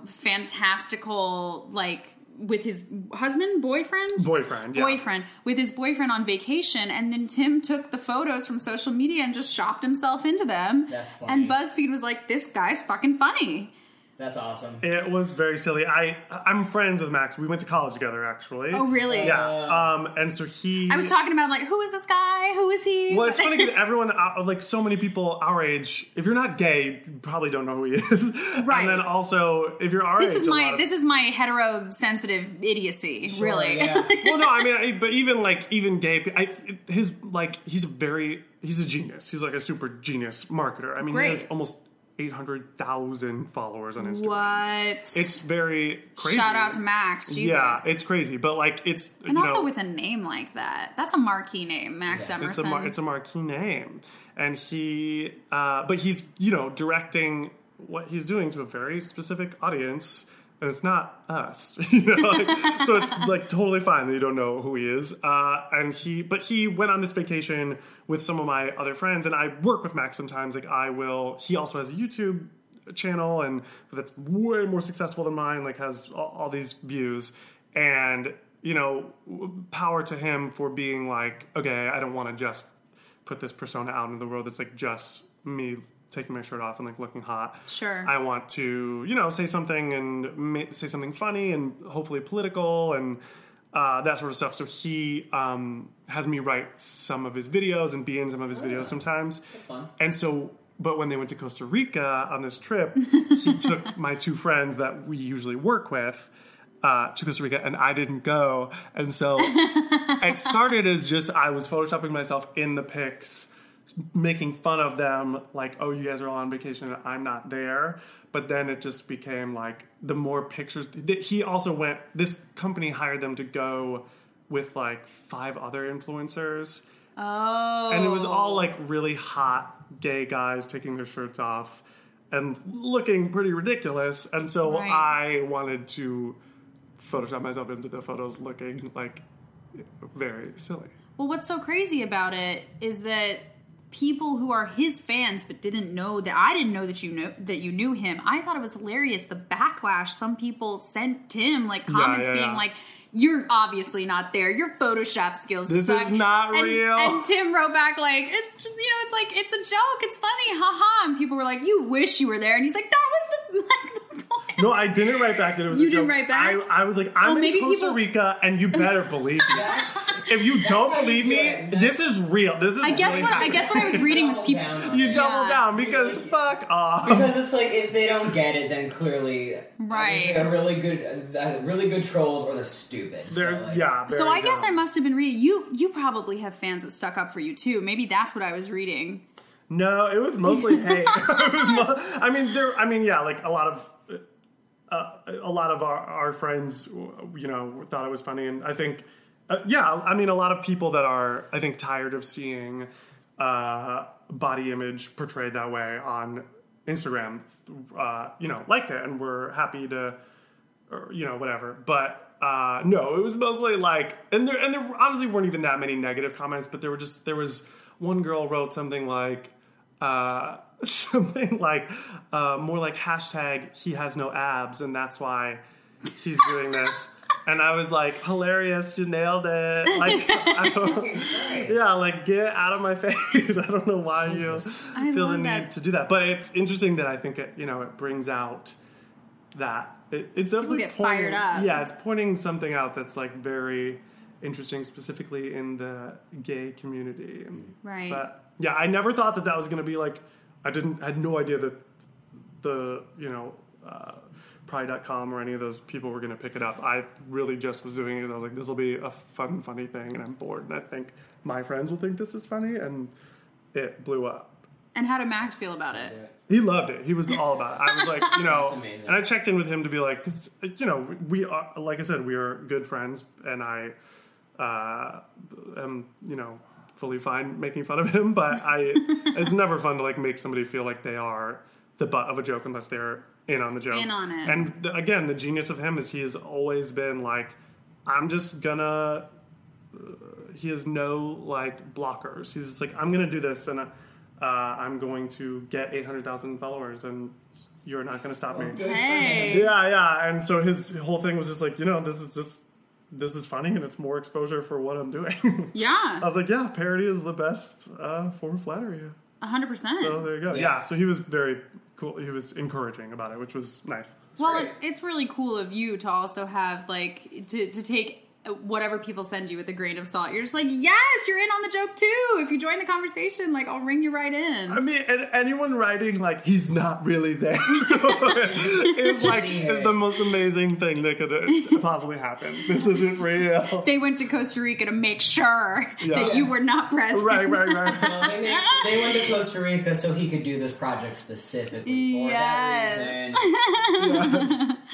Speaker 1: fantastical like with his husband boyfriend
Speaker 4: Boyfriend. Yeah.
Speaker 1: boyfriend with his boyfriend on vacation and then tim took the photos from social media and just shopped himself into them
Speaker 2: That's funny.
Speaker 1: and buzzfeed was like this guy's fucking funny
Speaker 2: That's awesome.
Speaker 4: It was very silly. I I'm friends with Max. We went to college together actually.
Speaker 1: oh really
Speaker 4: Yeah. Um and so he
Speaker 1: i was talking about like who is this guy who is he
Speaker 4: Well, it's funny because everyone, uh, like so many people our age, if you're not gay, you probably don't know who he is.
Speaker 1: Right.
Speaker 4: And then also, if you're our
Speaker 1: this
Speaker 4: age,
Speaker 1: is
Speaker 4: a
Speaker 1: my
Speaker 4: lot of-
Speaker 1: this is my heterosensitive idiocy
Speaker 2: Sure,
Speaker 1: really
Speaker 2: yeah.
Speaker 4: well, no, I mean, I, but even like even gay, pe- I, his like he's a very he's a genius. He's like a super genius marketer. I mean,
Speaker 1: Great.
Speaker 4: he has almost eight hundred thousand followers on Instagram.
Speaker 1: what
Speaker 4: It's very crazy.
Speaker 1: shout out to max jesus
Speaker 4: Yeah, it's crazy, but like it's
Speaker 1: and
Speaker 4: you
Speaker 1: also
Speaker 4: know,
Speaker 1: with a name like that that's a marquee name max
Speaker 2: Yeah.
Speaker 1: emerson
Speaker 4: It's a mar- it's a marquee name, and he, uh, but he's you know directing what he's doing to a very specific audience, and it's not us, you know. Like, so it's like totally fine that you don't know who he is. Uh, and he, but he went on this vacation with some of my other friends, and I work with Max sometimes. Like I will. He also has a YouTube channel, and that's way more successful than mine. Like has all, all these views, and you know, w- power to him for being like, okay, I don't want to just put this persona out in the world that's like just me taking my shirt off and like looking hot.
Speaker 1: Sure.
Speaker 4: I want to, you know, say something and ma- say something funny and hopefully political and uh, that sort of stuff. So he um, has me write some of his videos and be in some of his videos sometimes.
Speaker 2: Oh. That's fun.
Speaker 4: And so, but when they went to Costa Rica on this trip, he took my two friends that we usually work with uh, to Costa Rica, and I didn't go. And so it started as just I was photoshopping myself in the pics, making fun of them, like, oh, you guys are all on vacation and I'm not there. But then it just became like the more pictures. th- He also went, this company hired them to go with like five other influencers.
Speaker 1: oh
Speaker 4: And it was all like really hot gay guys taking their shirts off and looking pretty ridiculous. And so
Speaker 1: Right.
Speaker 4: I wanted to Photoshop myself into the photos looking like very silly.
Speaker 1: Well, what's so crazy about it is that people who are his fans but didn't know that I didn't know that you know that you knew him. I thought it was hilarious the backlash some people sent him, like comments
Speaker 4: yeah,
Speaker 1: being
Speaker 4: yeah.
Speaker 1: like. You're obviously not there. Your Photoshop skills
Speaker 4: This
Speaker 1: suck.
Speaker 4: is not
Speaker 1: And-
Speaker 4: real.
Speaker 1: And Tim wrote back like, "It's just, you know, it's like it's a joke. It's funny, haha." And people were like, "You wish you were there." And he's like, "That was the like the point."
Speaker 4: No, I didn't write back that it was
Speaker 1: You
Speaker 4: a
Speaker 1: didn't
Speaker 4: joke.
Speaker 1: write back?
Speaker 4: I, I was like, I'm
Speaker 1: Oh,
Speaker 4: in
Speaker 1: maybe
Speaker 4: Costa
Speaker 1: people-
Speaker 4: Rica and you better believe me.
Speaker 2: That's
Speaker 4: If you
Speaker 2: how
Speaker 4: don't
Speaker 2: you
Speaker 4: believe
Speaker 2: do
Speaker 4: me,
Speaker 2: it.
Speaker 4: this is real. This is
Speaker 1: I guess
Speaker 4: really
Speaker 1: what I
Speaker 4: happening.
Speaker 1: guess what I was reading was
Speaker 2: double
Speaker 1: people.
Speaker 2: down on
Speaker 4: You
Speaker 2: it.
Speaker 4: double
Speaker 1: Yeah.
Speaker 4: down because fuck off.
Speaker 2: because it's like if they don't get it, then clearly I mean,
Speaker 1: Right.
Speaker 2: they're really good, uh, really good trolls, or they're stupid. So,
Speaker 4: There's
Speaker 2: like,
Speaker 4: yeah.
Speaker 1: So
Speaker 4: very
Speaker 1: I guess I
Speaker 4: dumb.
Speaker 1: must have been reading. You you probably have fans that stuck up for you too. Maybe that's what I was reading.
Speaker 4: No, it was mostly hate. it was mo- I mean, there. I mean, yeah, like a lot of. Uh, a lot of our, our friends, you know, thought it was funny, and I think, uh, yeah, I mean, a lot of people that are, I think, tired of seeing uh, body image portrayed that way on Instagram, uh, you know, liked it and were happy to or, you know whatever but uh no it was mostly like and there and there honestly weren't even that many negative comments but there were just there was one girl wrote something like uh something like uh more like hashtag he has no abs and that's why he's doing this and i was like hilarious you nailed it like I don't-
Speaker 2: Nice.
Speaker 4: yeah like get out of my face i don't know why
Speaker 2: Jesus.
Speaker 1: I
Speaker 4: you feel the
Speaker 1: love
Speaker 4: need
Speaker 1: that.
Speaker 4: to do that but it's interesting that i think it you know it brings out that it, it's definitely
Speaker 1: get fired
Speaker 4: pointing-
Speaker 1: up.
Speaker 4: Yeah, it's pointing something out that's like very interesting, specifically in the gay community.
Speaker 1: Right.
Speaker 4: But yeah, I never thought that that was going to be like. I didn't had no idea that the you know uh, Pride.com or any of those people were going to pick it up. I really just was doing it. I was like, this will be a fun, funny thing, and I'm bored, and I think my friends will think this is funny, and it blew up.
Speaker 1: And how did Max feel about it?
Speaker 4: He loved it. He was all about it. I was like, you know,
Speaker 2: That's amazing.
Speaker 4: and I checked in with him to be like, because you know, we are, like I said, we are good friends, and I uh, am, you know, fully fine making fun of him. But I, it's never fun to like make somebody feel like they are the butt of a joke unless they're in on the joke.
Speaker 1: In on it.
Speaker 4: And the, again, the genius of him is he has always been like, I'm just gonna. He has no like blockers. He's just like, I'm gonna do this, and uh, I'm going to get 800,000 followers, and you're not gonna stop me.
Speaker 2: Good for him.
Speaker 1: Hey.
Speaker 4: Yeah, yeah. And so his whole thing was just like, you know, this is just this is funny and it's more exposure for what I'm doing.
Speaker 1: Yeah.
Speaker 4: I was like, yeah, parody is the best uh, form of flattery.
Speaker 1: hundred percent.
Speaker 4: So there you go. Yeah.
Speaker 2: Yeah.
Speaker 4: So he was very cool. He was encouraging about it, which was nice.
Speaker 1: Well,
Speaker 2: great.
Speaker 1: it, it's really cool of you to also have like to to take whatever people send you with a grain of salt. You're just like, yes, you're in on the joke too. If you join the conversation, like I'll ring you right in.
Speaker 4: I mean, and anyone writing like he's not really there is like
Speaker 2: Yeah.
Speaker 4: the most amazing thing that could uh, possibly happen. This isn't real.
Speaker 1: they went to Costa Rica to make sure
Speaker 4: Yeah.
Speaker 1: that you were not present.
Speaker 4: right, right, right.
Speaker 2: Well, they, made- they went to Costa Rica so he could do this project specifically for
Speaker 1: Yes.
Speaker 2: that reason.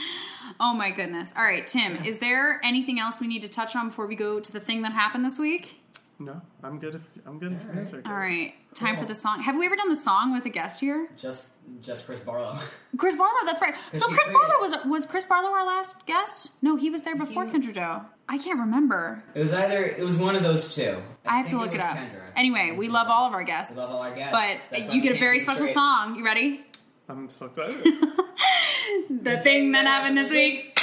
Speaker 1: Oh my goodness. All right, Tim, is there anything else we need to touch on before we go to the thing that happened this week?
Speaker 4: No, I'm good. If, I'm good. If you guys are good.
Speaker 1: All right, time for the song. Have we ever done the song with a guest here?
Speaker 2: Just, just Chris Barlow.
Speaker 1: Chris Barlow, that's right. So
Speaker 2: he
Speaker 1: Chris
Speaker 2: played
Speaker 1: Barlow was was Chris Barlow our last guest? No, he was there before Kendra Doe. I can't remember.
Speaker 2: It was either it was one of those two.
Speaker 1: I, have to
Speaker 2: think
Speaker 1: look it,
Speaker 2: was
Speaker 1: up.
Speaker 2: Kendra.
Speaker 1: Anyway,
Speaker 2: I'm
Speaker 1: we
Speaker 2: so
Speaker 1: love
Speaker 2: sorry.
Speaker 1: all of our guests.
Speaker 2: We love all our guests. That's
Speaker 1: But
Speaker 2: why
Speaker 1: you
Speaker 2: we
Speaker 1: get a
Speaker 2: can't
Speaker 1: very
Speaker 2: keep
Speaker 1: special
Speaker 2: straight.
Speaker 1: song. You ready?
Speaker 4: I'm so excited.
Speaker 1: The thing that happened this week.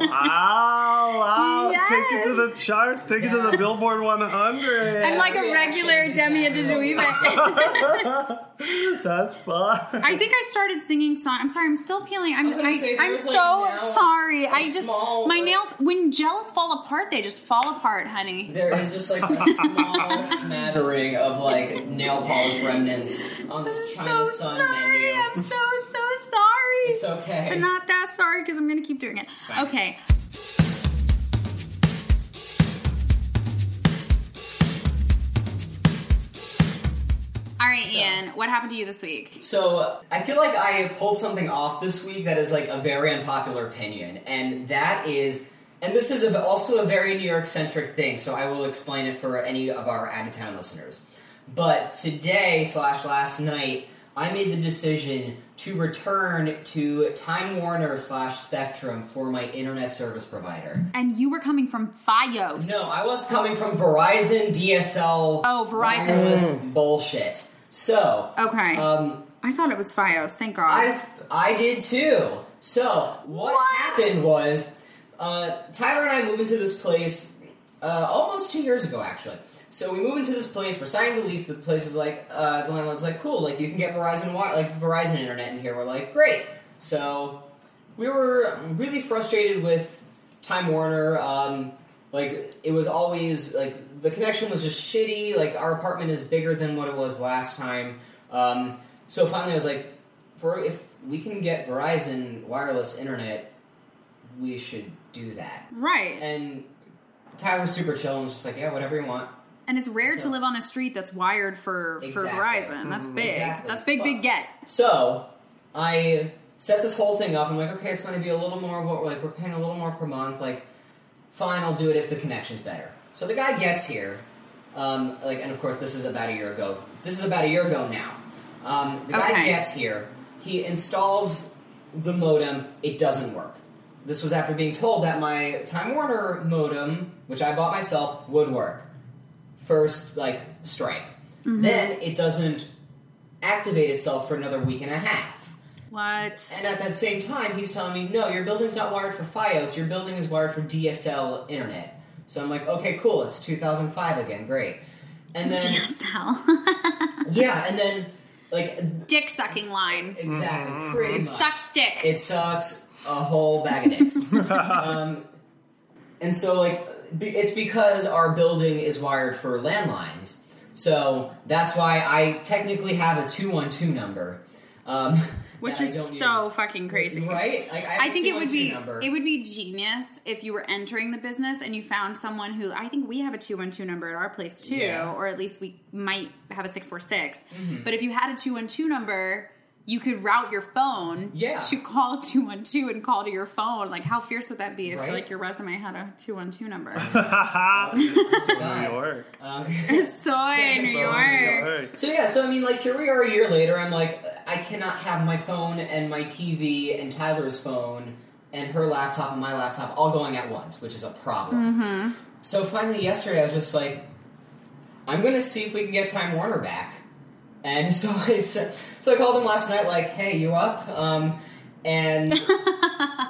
Speaker 4: Wow, wow.
Speaker 1: Yes.
Speaker 4: Take it to the charts. Take it to the
Speaker 2: Yeah.
Speaker 4: Billboard 100.
Speaker 1: I'm like a
Speaker 2: reactions
Speaker 1: regular
Speaker 2: is
Speaker 1: Demi
Speaker 2: happening.
Speaker 1: Adijuive.
Speaker 4: That's fun.
Speaker 1: I think I started singing song. I'm sorry. I'm still peeling. I'm. I
Speaker 2: was gonna say, there
Speaker 1: am
Speaker 2: was,
Speaker 1: so
Speaker 2: like, nail-
Speaker 1: sorry. I just
Speaker 2: small,
Speaker 1: my
Speaker 2: like-
Speaker 1: nails when gels fall apart, they just fall apart, honey.
Speaker 2: There is just like a small smattering of like nail polish remnants on this
Speaker 1: I'm
Speaker 2: China
Speaker 1: so
Speaker 2: Sun
Speaker 1: sorry.
Speaker 2: menu.
Speaker 1: I'm so so sorry.
Speaker 2: It's okay.
Speaker 1: But not that sorry because I'm gonna keep doing it.
Speaker 2: fine.
Speaker 1: Okay. All right,
Speaker 2: So-
Speaker 1: Ian. What happened to you this week?
Speaker 2: So I feel like I pulled something off this week that is like a very unpopular opinion, and that is, and this is a, also a very New York centric thing. So I will explain it for any of our out of town listeners. But today slash last night, I made the decision to return to Time Warner slash Spectrum for my internet service provider.
Speaker 1: And you were coming from Fios.
Speaker 2: No, I was coming from Verizon DSL.
Speaker 1: Oh, Verizon.
Speaker 2: wireless bullshit. So
Speaker 1: Okay.
Speaker 2: um,
Speaker 1: I thought it was Fios. Thank God.
Speaker 2: I I did too. So what, happened was uh, Tyler and I moved into this place uh, almost two years ago, actually. So we move into this place. We're signing the lease. The place is like uh, the landlord's like, cool. Like you can get Verizon wi- like Verizon internet in here. We're like, great. So we were really frustrated with Time Warner. Um, like it was always like the connection was just shitty. Like our apartment is bigger than what it was last time. Um, so finally, I was like, for if we can get Verizon wireless internet, we should do that.
Speaker 1: right.
Speaker 2: And Tyler's super chill and was just like, yeah, whatever you want.
Speaker 1: And it's rare to
Speaker 2: So-
Speaker 1: live on a street that's wired for,
Speaker 2: Exactly. Mm-hmm.
Speaker 1: for Verizon. That's big.
Speaker 2: Exactly.
Speaker 1: That's big, big get.
Speaker 2: So I set this whole thing up. I'm like, okay, it's going to be a little more. What like we're paying a little more per month. Like, fine, I'll do it if the connection's better. So the guy gets here, um, like, and of course this is about a year ago. This is about a year ago now. Um, the guy
Speaker 1: Okay.
Speaker 2: gets here. He installs the modem. It doesn't work. This was after being told that my Time Warner modem, which I bought myself, would work. First, like strike. Then it doesn't activate itself for another week and a half.
Speaker 1: What?
Speaker 2: And at that same time, he's telling me, no, your building's not wired for Fios, your building is wired for DSL internet. So I'm like, okay, cool, it's 2005 again, great. And then,
Speaker 1: DSL.
Speaker 2: yeah, and then, like,
Speaker 1: Dick sucking line.
Speaker 2: exactly, pretty much.
Speaker 1: Mm-hmm. Sucks dick.
Speaker 2: It sucks a whole bag of dicks. um, and so, like, be- it's because our building is wired for landlines. So that's why I technically have a 212 number. Um,
Speaker 1: which
Speaker 2: that I
Speaker 1: is
Speaker 2: don't
Speaker 1: so
Speaker 2: use.
Speaker 1: fucking crazy.
Speaker 2: right? Like, I,
Speaker 1: I think it would be
Speaker 2: number.
Speaker 1: it would be genius if you were entering the business and you found someone who I think we have a two one two number at our place too,
Speaker 2: Yeah. Mm-hmm.
Speaker 1: or at least we might have a six four six. But if you had a two one two number, you could route your phone
Speaker 2: Yeah.
Speaker 1: to call two one two and call to your phone. Like how fierce would that be if
Speaker 2: Right.
Speaker 1: like your resume had a two one two number?
Speaker 4: New York.
Speaker 2: Um,
Speaker 1: so in New
Speaker 2: So
Speaker 4: New
Speaker 1: York.
Speaker 4: York.
Speaker 2: So yeah, so I mean, like here we are a year later. I'm like, I cannot have my phone and my TV and Tyler's phone and her laptop and my laptop all going at once, which is a problem. So finally, yesterday, I was just like, I'm gonna see if we can get Time Warner back. And so I s- so I called them last night, like, hey, you up? Um, and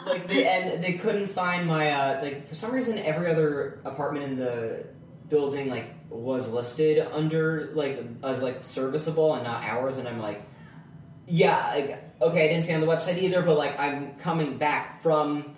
Speaker 2: like they and they couldn't find my uh, like for some reason every other apartment in the building like was listed under like as like serviceable and not ours and I'm like yeah like okay I didn't see on the website either but like I'm coming back from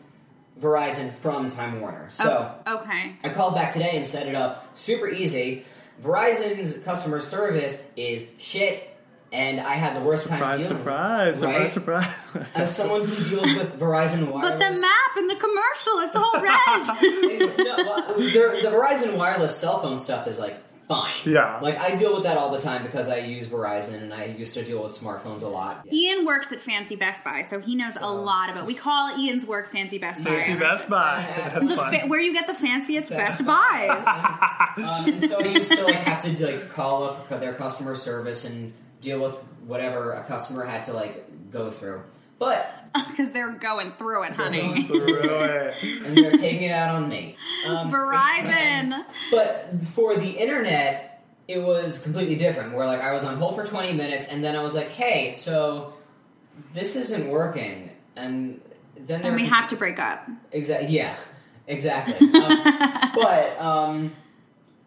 Speaker 2: Verizon from Time Warner so
Speaker 1: Okay.
Speaker 2: I called back today and set it up super easy Verizon's customer service is shit and I had the worst time
Speaker 4: Surprise,
Speaker 2: dealing with it, right?
Speaker 4: surprise, surprise, surprise.
Speaker 2: as someone who deals with Verizon wireless
Speaker 1: But the map and the commercial, it's all red.
Speaker 2: Ex- no, well, the, the Verizon wireless cell phone stuff is like fine.
Speaker 4: Yeah.
Speaker 2: Like I deal with that all the time because I use Verizon and I used to deal with smartphones a lot.
Speaker 1: Ian works at Fancy Best Buy, so he knows a
Speaker 2: So-
Speaker 1: lot about. We call Ian's work Fancy Best Buy.
Speaker 4: Fancy Best Buy.
Speaker 2: Yeah.
Speaker 4: That's
Speaker 1: The
Speaker 4: fun.
Speaker 1: fa- where you get the fanciest Best,
Speaker 2: Best
Speaker 1: Buys.
Speaker 2: Um, and so I used to like have to like call up cu- their customer service and deal with whatever a customer had to like go through. But
Speaker 1: because they're going through it, honey.
Speaker 4: Through it.
Speaker 2: and they're taking it out on me. Um,
Speaker 1: Verizon.
Speaker 2: But for the internet, it was completely different. Where like I was on hold for 20 minutes, and then I was like, "Hey, so this isn't working," and then there
Speaker 1: And we have to break up.
Speaker 2: exactly yeah, exactly. um, but um,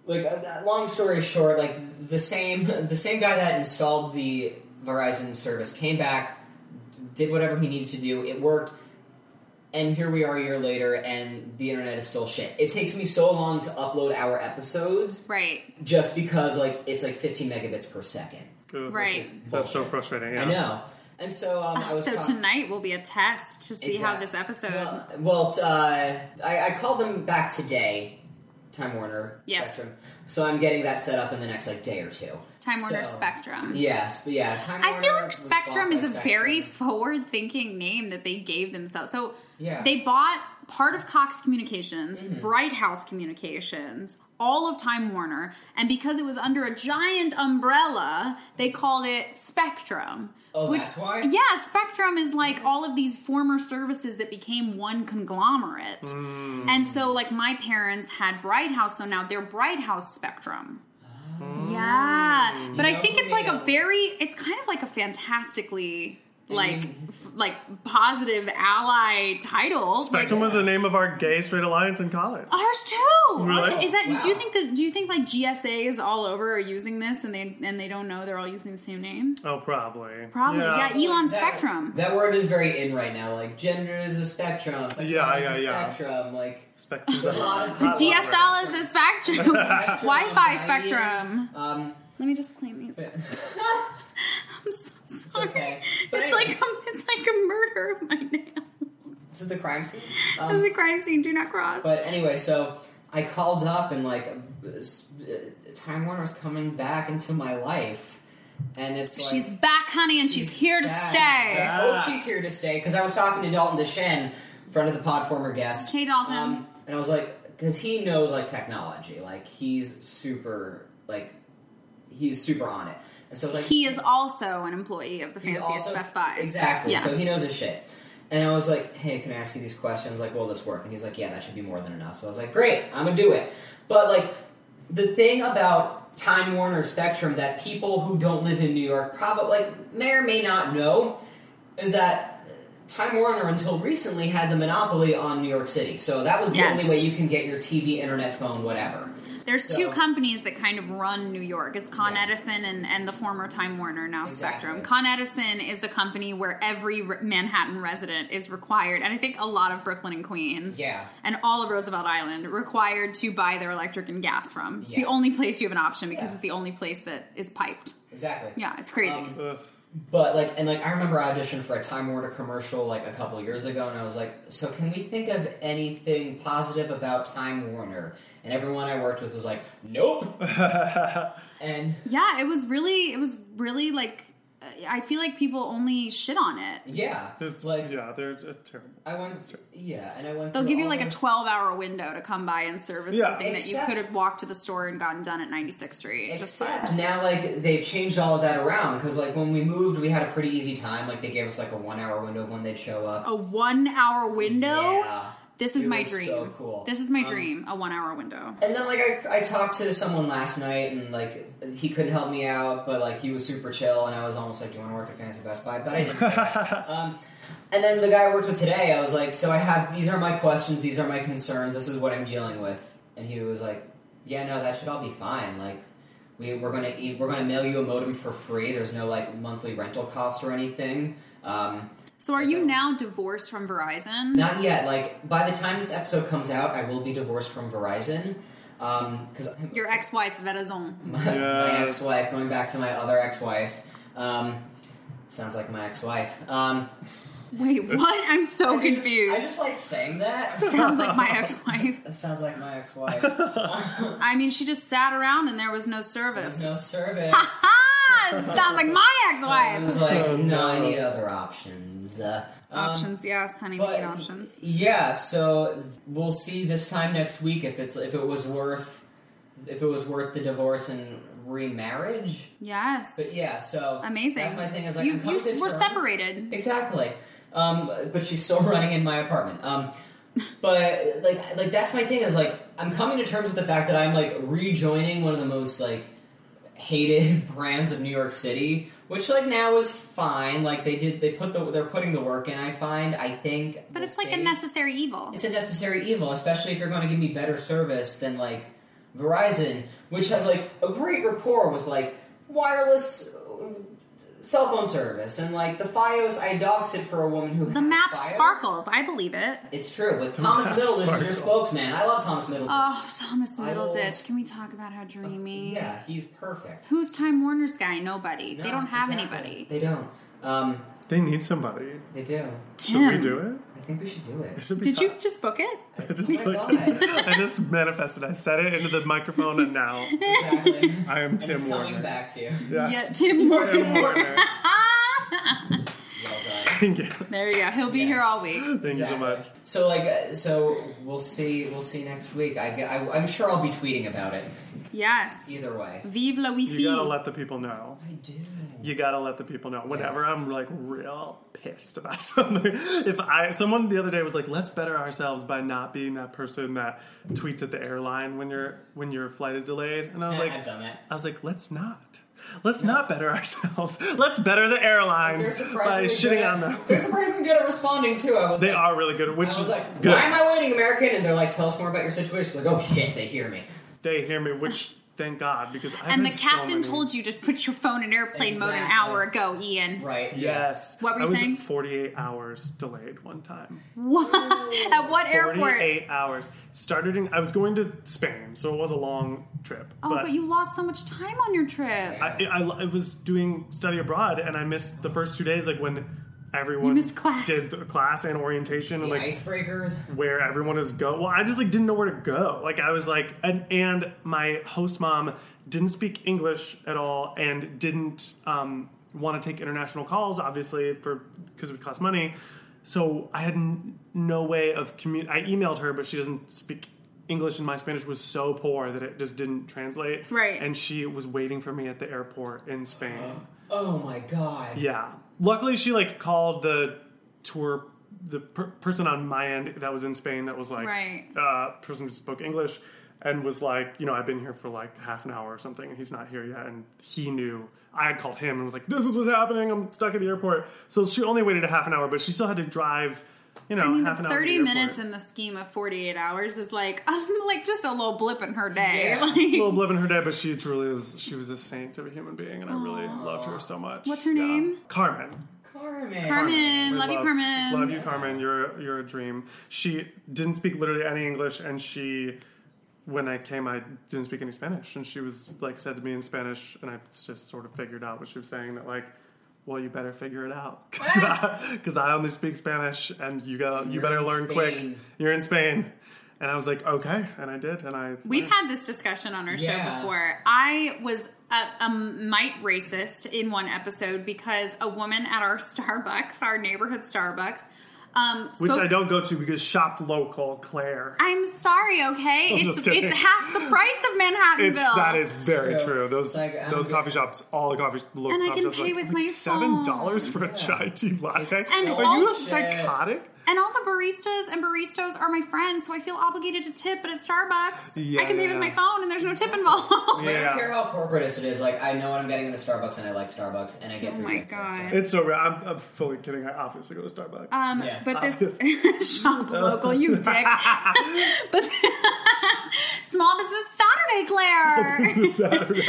Speaker 2: like uh, long story short, like the same the same guy that installed the Verizon service came back, did whatever he needed to do. It worked. And here we are a year later, and the internet is still shit. It takes me so long to upload our episodes
Speaker 1: Right.
Speaker 2: just because like it's like 15 megabits per second.
Speaker 4: Ugh,
Speaker 1: Right.
Speaker 4: That's so frustrating. Yeah.
Speaker 2: I know. And so um, I was
Speaker 1: So
Speaker 2: talking-
Speaker 1: tonight will be a test to see how
Speaker 2: Exact-
Speaker 1: this episode.
Speaker 2: Well, well t- uh, I, I called them back today, Time Warner
Speaker 1: Yes.
Speaker 2: Spectrum. So I'm getting that set up in the next like day or two.
Speaker 1: Time Warner
Speaker 2: so-
Speaker 1: Spectrum.
Speaker 2: Yes, but yeah, Time
Speaker 1: I feel
Speaker 2: Warner
Speaker 1: like
Speaker 2: was
Speaker 1: Spectrum
Speaker 2: bought
Speaker 1: is a
Speaker 2: by
Speaker 1: very
Speaker 2: Spectrum.
Speaker 1: forward thinking name that they gave themselves. So
Speaker 2: Yeah. Mm-hmm.
Speaker 1: they bought part of Cox Communications, Bright House Communications, all of Time Warner, and because it was under a giant umbrella, they called it Spectrum.
Speaker 2: Oh, that's why?
Speaker 1: Yeah, Spectrum is like all of these former services that became one conglomerate.
Speaker 2: Mm.
Speaker 1: And so, like, my parents had Bright House, so now they're Bright House Spectrum. Yeah, but I
Speaker 2: Oh. know
Speaker 1: think
Speaker 2: who
Speaker 1: it's
Speaker 2: we
Speaker 1: like a
Speaker 2: know.
Speaker 1: very, it's kind of like a fantastically
Speaker 2: Mm-hmm.
Speaker 1: like f- like positive ally title.
Speaker 4: Spectrum
Speaker 1: like,
Speaker 4: was the name of our gay straight alliance in college.
Speaker 2: Oh.
Speaker 1: ours too.
Speaker 4: Really?
Speaker 1: Ours- Is that? Do you
Speaker 2: Wow.
Speaker 1: think that? Do you think like GSAs all over are using this and they and they don't know they're all using the same name?
Speaker 4: Oh, probably.
Speaker 1: Probably, yeah. Elon
Speaker 2: That-
Speaker 1: Spectrum.
Speaker 2: That word is very in right now. Like gender is a spectrum. Spectrum
Speaker 4: Yeah,
Speaker 2: is
Speaker 4: yeah,
Speaker 2: a
Speaker 4: yeah.
Speaker 2: Spectrum like.
Speaker 4: Spectrum's
Speaker 2: There's a lot of-
Speaker 4: hot
Speaker 1: DSL is a spectrum.
Speaker 2: Spectrum,
Speaker 1: Wi-Fi
Speaker 2: ideas.
Speaker 1: spectrum.
Speaker 2: Um,
Speaker 1: Let me just clean these.
Speaker 2: it's
Speaker 1: I'm so sorry.
Speaker 2: okay. But
Speaker 1: It's
Speaker 2: anyway,
Speaker 1: like a, it's like a murder of my nail.
Speaker 2: this is the crime scene.
Speaker 1: This
Speaker 2: Um,
Speaker 1: is a crime scene. Do not cross.
Speaker 2: But anyway, so I called up and like s- uh, Time Warner's coming back into my life, and it's like,
Speaker 1: She's back, honey, and she's, here to
Speaker 2: back.
Speaker 1: stay.
Speaker 2: I hope she's here to stay because I was talking to Dalton DeShen, friend of the pod, former guest.
Speaker 1: Hey, Dalton.
Speaker 2: Um, and I was like, because he knows like technology, like he's super like he's super on it, and so I was like
Speaker 1: he is also an employee of the
Speaker 2: He's
Speaker 1: fanciest
Speaker 2: also-
Speaker 1: Best Buys.
Speaker 2: Exactly.
Speaker 1: Yes.
Speaker 2: So he knows his shit. And I was like, hey, can I ask you these questions? Like, will this work? And he's like, yeah, that should be more than enough. So I was like, great, I'm gonna do it. But like, the thing about Time Warner Spectrum that people who don't live in New York probably like may or may not know is that Time Warner until recently had the monopoly on New York City. So that was the
Speaker 1: Yes.
Speaker 2: only way you can get your TV, internet, phone, whatever.
Speaker 1: There's
Speaker 2: So-
Speaker 1: two companies that kind of run New York. It's Con
Speaker 2: Yeah.
Speaker 1: Edison and, and the former Time Warner, now
Speaker 2: Exactly.
Speaker 1: Spectrum. Con Edison is the company where every re- Manhattan resident is required, and I think a lot of Brooklyn and Queens,
Speaker 2: Yeah.
Speaker 1: and all of Roosevelt Island, required to buy their electric and gas from. It's
Speaker 2: Yeah.
Speaker 1: the only place you have an option because
Speaker 2: Yeah.
Speaker 1: it's the only place that is piped.
Speaker 2: Exactly.
Speaker 1: Yeah, it's crazy.
Speaker 2: Um,
Speaker 4: Ugh.
Speaker 2: But like and like I remember I auditioned for a Time Warner commercial like a couple years ago and I was like, so can we think of anything positive about Time Warner? And everyone I worked with was like, nope. and
Speaker 1: Yeah, it was really, it was really like, I feel like people only shit on it.
Speaker 2: yeah,
Speaker 4: It's,
Speaker 2: like
Speaker 4: yeah, they're uh, terrible.
Speaker 2: I went, yeah, and I went.
Speaker 1: They'll
Speaker 2: through
Speaker 1: give you
Speaker 2: all
Speaker 1: like a
Speaker 2: this-
Speaker 1: 12 hour window to come by and service
Speaker 4: Yeah.
Speaker 1: something
Speaker 2: Except-
Speaker 1: that you could have walked to the store and gotten done at 96th Street. Just
Speaker 2: Except now, like they've changed all of that around because, like, when we moved, we had a pretty easy time. Like, they gave us like a one-hour window of when they'd show up.
Speaker 1: a one hour window.
Speaker 2: Yeah.
Speaker 1: This is
Speaker 2: It
Speaker 1: my
Speaker 2: was
Speaker 1: dream.
Speaker 2: so cool.
Speaker 1: This is my
Speaker 2: Um,
Speaker 1: dream. A one hour window.
Speaker 2: And then, like, I, I talked to someone last night, and like he couldn't help me out, but like he was super chill, and I was almost like, "Do you want to work at Fantasy Best Buy?" But I didn't. Say that. um, and then the guy I worked with today, I was like, "So I have these are my questions, these are my concerns, this is what I'm dealing with," and he was like, "Yeah, no, that should all be fine. Like, we we're gonna e- we're gonna mail you a modem for free. There's no like monthly rental cost or anything." Um,
Speaker 1: So, are you now divorced from Verizon?
Speaker 2: not yet. Like by the time this episode comes out, I will be divorced from Verizon. Um, because
Speaker 1: Your ex wife, Verizon.
Speaker 2: my,
Speaker 4: Yes.
Speaker 2: my ex-wife going back to my other ex-wife um, sounds like my ex-wife um,
Speaker 1: Wait, what? I'm so
Speaker 2: I just-
Speaker 1: confused.
Speaker 2: I just like saying that
Speaker 1: Sounds like my ex wife.
Speaker 2: That sounds like my ex-wife Um,
Speaker 1: I mean, she just sat around and there was no service.
Speaker 2: there's no
Speaker 1: Ha
Speaker 2: service
Speaker 1: ha! Sounds like my ex
Speaker 2: so I
Speaker 1: wife.
Speaker 2: was like
Speaker 4: Oh,
Speaker 2: no I
Speaker 4: no.
Speaker 2: need other options uh, um,
Speaker 1: Options, yes, honey, we
Speaker 2: but
Speaker 1: need options.
Speaker 2: yeah so we'll see this time next week if it's if it was worth if it was worth the divorce and remarriage but
Speaker 1: Yes.
Speaker 2: yeah so
Speaker 1: Amazing.
Speaker 2: that's my thing is like
Speaker 1: you,
Speaker 2: I'm
Speaker 1: you
Speaker 2: coming to
Speaker 1: were
Speaker 2: terms-
Speaker 1: separated.
Speaker 2: Exactly. Um, but she's still running in my apartment. Um, but like, like that's my thing is like I'm coming to terms with the fact that I'm like rejoining one of the most like hated brands of New York City, which like now is fine. Like they did, they put the they're putting the work in. I find I think,
Speaker 1: But
Speaker 2: we'll
Speaker 1: it's like a
Speaker 2: see.
Speaker 1: necessary evil.
Speaker 2: It's a necessary evil, especially if you're going to give me better service than like Verizon, which has like a great rapport with like wireless uh, cell phone service and like the FiOS. I doxed it for a woman who
Speaker 1: The
Speaker 2: had
Speaker 1: map
Speaker 2: FiOS.
Speaker 1: sparkles. I believe it.
Speaker 2: It's true with Thomas
Speaker 4: map
Speaker 2: Middleditch, your
Speaker 4: sparkles.
Speaker 2: spokesman. I love Thomas Middleditch.
Speaker 1: Oh, Thomas
Speaker 2: I will- Uh,
Speaker 1: Middleditch. Can we talk about how dreamy?
Speaker 2: yeah, he's perfect.
Speaker 1: Who's Time Warner's guy? Nobody.
Speaker 2: No,
Speaker 1: they don't have
Speaker 2: exactly.
Speaker 1: anybody.
Speaker 2: They don't. Um,
Speaker 4: They need somebody.
Speaker 2: they do.
Speaker 4: Should we
Speaker 1: Tim,
Speaker 4: do it?
Speaker 2: I think we should do
Speaker 4: It
Speaker 2: it.
Speaker 4: should be
Speaker 1: Did you
Speaker 4: fun.
Speaker 1: just book it?
Speaker 4: I just,
Speaker 2: Oh my
Speaker 4: clicked
Speaker 2: God.
Speaker 4: it. I just manifested. I said it into the microphone, and now
Speaker 2: Exactly. and
Speaker 4: I am Tim
Speaker 2: it's coming
Speaker 4: Warner.
Speaker 2: back to you.
Speaker 4: Yes.
Speaker 1: Yeah, Tim
Speaker 4: Tim
Speaker 1: Warner.
Speaker 4: Warner.
Speaker 2: Well done.
Speaker 4: Thank you.
Speaker 1: There you go. He'll be here
Speaker 2: Yes.
Speaker 1: all week.
Speaker 4: Thank you so
Speaker 2: Exactly.
Speaker 4: much.
Speaker 2: So like, uh, so we'll see. We'll see next week. I, am sure I'll be tweeting about it.
Speaker 1: Yes.
Speaker 2: Either way,
Speaker 1: Vive la Wi
Speaker 4: You gotta
Speaker 1: Fi.
Speaker 4: let the people know.
Speaker 2: I do.
Speaker 4: You gotta let the people know. Whenever
Speaker 2: Yes.
Speaker 4: I'm like real pissed about something, if I someone the other day was like, "Let's better ourselves by not being that person that tweets at the airline when your when your flight is delayed," and I was
Speaker 2: I've
Speaker 4: like,
Speaker 2: done that.
Speaker 4: I was like, "Let's not." Let's not better ourselves. Let's better the airlines
Speaker 2: They're surprisingly
Speaker 4: by
Speaker 2: good
Speaker 4: shitting
Speaker 2: at,
Speaker 4: on them.
Speaker 2: They're surprisingly good at responding too. I was.
Speaker 4: They
Speaker 2: like,
Speaker 4: are really good, which
Speaker 2: I
Speaker 4: is
Speaker 2: was like,
Speaker 4: good.
Speaker 2: why am I waiting, American? And they're like, tell us more about your situation. Like, oh shit, they hear me.
Speaker 4: They hear me, which thank God because I
Speaker 1: And the captain told you to put your phone in airplane mode an
Speaker 2: Exactly.
Speaker 1: hour ago, Ian.
Speaker 2: Right.
Speaker 4: Yes.
Speaker 1: What were you
Speaker 4: I was
Speaker 1: saying?
Speaker 4: Forty-eight hours delayed one time.
Speaker 1: What? At what airport?
Speaker 4: Forty-eight hours. Started in. I was going to Spain, so it was a long trip.
Speaker 1: Oh, but, you lost so much time on your trip.
Speaker 4: I, I, I was doing study abroad, and I missed the first two days, like when everyone
Speaker 1: You missed class.
Speaker 4: did the class and orientation, and
Speaker 2: Yeah.
Speaker 4: like
Speaker 2: Icebreakers.
Speaker 4: where everyone is go. Well, I just like didn't know where to go. Like I was like, and and my host mom didn't speak English at all, and didn't um, want to take international calls, obviously, for because it would cost money. So I had n- no way of commun. I emailed her, but she doesn't speak English, and my Spanish was so poor that it just didn't translate.
Speaker 1: Right.
Speaker 4: and she was waiting for me at the airport in Spain.
Speaker 2: Oh my god.
Speaker 4: Yeah. Luckily, she like called the tour the per- person on my end that was in Spain that was like
Speaker 1: Right.
Speaker 4: uh, person who spoke English and was like, you know, I've been here for like half an hour or something, and he's not here yet, and he knew. I had called him and was like, "This is what's happening. I'm stuck at the airport." So she only waited a half an hour, but she still had to drive, you know,
Speaker 1: I mean,
Speaker 4: half an hour. to
Speaker 1: Thirty
Speaker 4: the airport.
Speaker 1: minutes in the scheme of forty-eight hours is like, like just a little blip in her day.
Speaker 2: Yeah.
Speaker 1: Like-
Speaker 4: a little blip in her day, but she truly was. She was a saint of a human being, and I really loved her so much.
Speaker 1: What's her name?
Speaker 4: Carmen.
Speaker 2: Carmen.
Speaker 1: Carmen,
Speaker 4: We
Speaker 1: love you, Carmen.
Speaker 4: Love you, Carmen. You're you're a dream. She didn't speak literally any English, and she, when I came, I didn't speak any Spanish, and she was like said to me in Spanish, and I just sort of figured out what she was saying that like well, you better figure it out because I, only speak Spanish, and you got you
Speaker 2: You're
Speaker 4: better
Speaker 2: in
Speaker 4: learn quick.
Speaker 2: Spain.
Speaker 4: You're in Spain, and I was like, okay, and I did, and I
Speaker 1: We've had this discussion on our show
Speaker 2: Yeah.
Speaker 1: before. I was a, a mite racist in one episode because a woman at our Starbucks, our neighborhood Starbucks, um,
Speaker 4: which
Speaker 1: spoke-
Speaker 4: I don't go to because shop local, Claire.
Speaker 1: I'm sorry, okay? it's
Speaker 4: just kidding.
Speaker 1: it's half the price of Manhattanville.
Speaker 4: It's that is very
Speaker 2: True.
Speaker 4: true. Those
Speaker 2: It's like, I'm
Speaker 4: those
Speaker 2: good.
Speaker 4: coffee shops, all the coffee local
Speaker 1: And I
Speaker 4: coffee
Speaker 1: can
Speaker 4: shops,
Speaker 1: pay
Speaker 4: like,
Speaker 1: with
Speaker 4: like
Speaker 1: my
Speaker 4: seven dollars for a
Speaker 2: phone.
Speaker 4: chai tea latte.
Speaker 2: It's And
Speaker 4: Are you a
Speaker 1: also-
Speaker 4: psychotic?
Speaker 1: And all the baristas and baristas are my friends, so I feel obligated to tip. But at Starbucks, I
Speaker 4: Yeah,
Speaker 1: can pay
Speaker 4: yeah.
Speaker 1: with my phone, and there's no tip involved.
Speaker 2: I
Speaker 4: Yeah.
Speaker 2: don't care how corporatist it is. Like I know what I'm getting in a Starbucks, and I like Starbucks, and I get.
Speaker 1: Oh
Speaker 2: free
Speaker 1: my
Speaker 2: drinks there, so.
Speaker 1: God.
Speaker 4: It's so rare. I'm, I'm fully kidding. I obviously go to Starbucks.
Speaker 1: Um,
Speaker 2: Yeah.
Speaker 1: But this shop local, you dick. but small business Saturday, Claire.
Speaker 4: Saturday.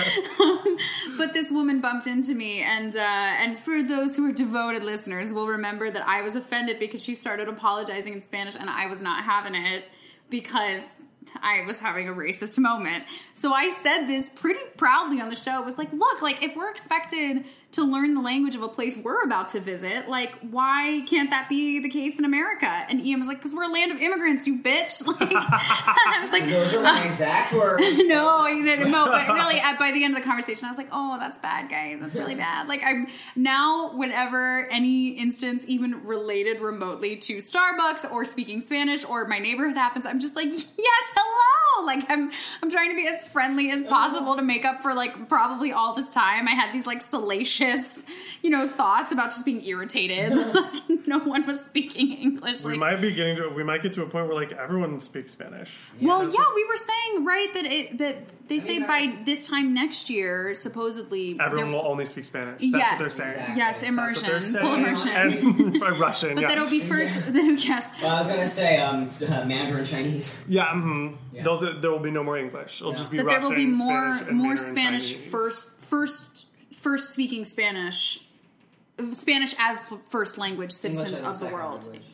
Speaker 1: but this woman bumped into me, and uh, and for those who are devoted listeners, will remember that I was offended because she started apologizing in Spanish, and I was not having it because. I was having a racist moment. So I said this pretty proudly on the show. It was like, look, like if we're expected to learn the language of a place we're about to visit, like why can't that be the case in America? And Ian was like, because we're a land of immigrants, you bitch. Like, and I was like,
Speaker 2: Those are my exact words.
Speaker 1: no, you didn't. No, but really, at, by the end of the conversation, I was like, "Oh, that's bad, guys. That's really bad." Like, I'm now, whenever any instance even related remotely to Starbucks or speaking Spanish or my neighborhood happens, I'm just like, "Yes, hello!" Like, I'm I'm trying to be as friendly as possible to make up for like probably all this time I had these like salacious, you know, thoughts about just being irritated. like, no one was speaking English.
Speaker 4: we
Speaker 1: like,
Speaker 4: might be getting to. We might get to a point where like everyone speaks Spanish.
Speaker 1: well, yeah, we were saying right that it that they say by this time next year, supposedly
Speaker 4: Everyone
Speaker 1: there-
Speaker 4: will only speak Spanish. That's
Speaker 1: yes,
Speaker 4: what they're saying.
Speaker 2: Exactly.
Speaker 1: yes,
Speaker 4: That's what
Speaker 1: immersion,
Speaker 4: they're
Speaker 1: full
Speaker 4: saying.
Speaker 1: immersion.
Speaker 4: And Russian.
Speaker 1: but
Speaker 4: yeah.
Speaker 1: that'll be first. Then, yes,
Speaker 2: Well, I was gonna say um, Mandarin Chinese.
Speaker 4: Yeah, mhm.
Speaker 2: Yeah.
Speaker 4: Those are, there will be no more English. It'll
Speaker 2: Yeah.
Speaker 4: just be
Speaker 1: but there
Speaker 4: Russian,
Speaker 1: will be more
Speaker 4: Spanish, and
Speaker 1: more
Speaker 4: Mandarin
Speaker 1: Spanish
Speaker 4: Chinese.
Speaker 1: first first first speaking Spanish, Spanish as first language
Speaker 2: English
Speaker 1: citizens
Speaker 2: as
Speaker 1: of
Speaker 2: a
Speaker 1: the
Speaker 2: second
Speaker 1: world.
Speaker 2: language.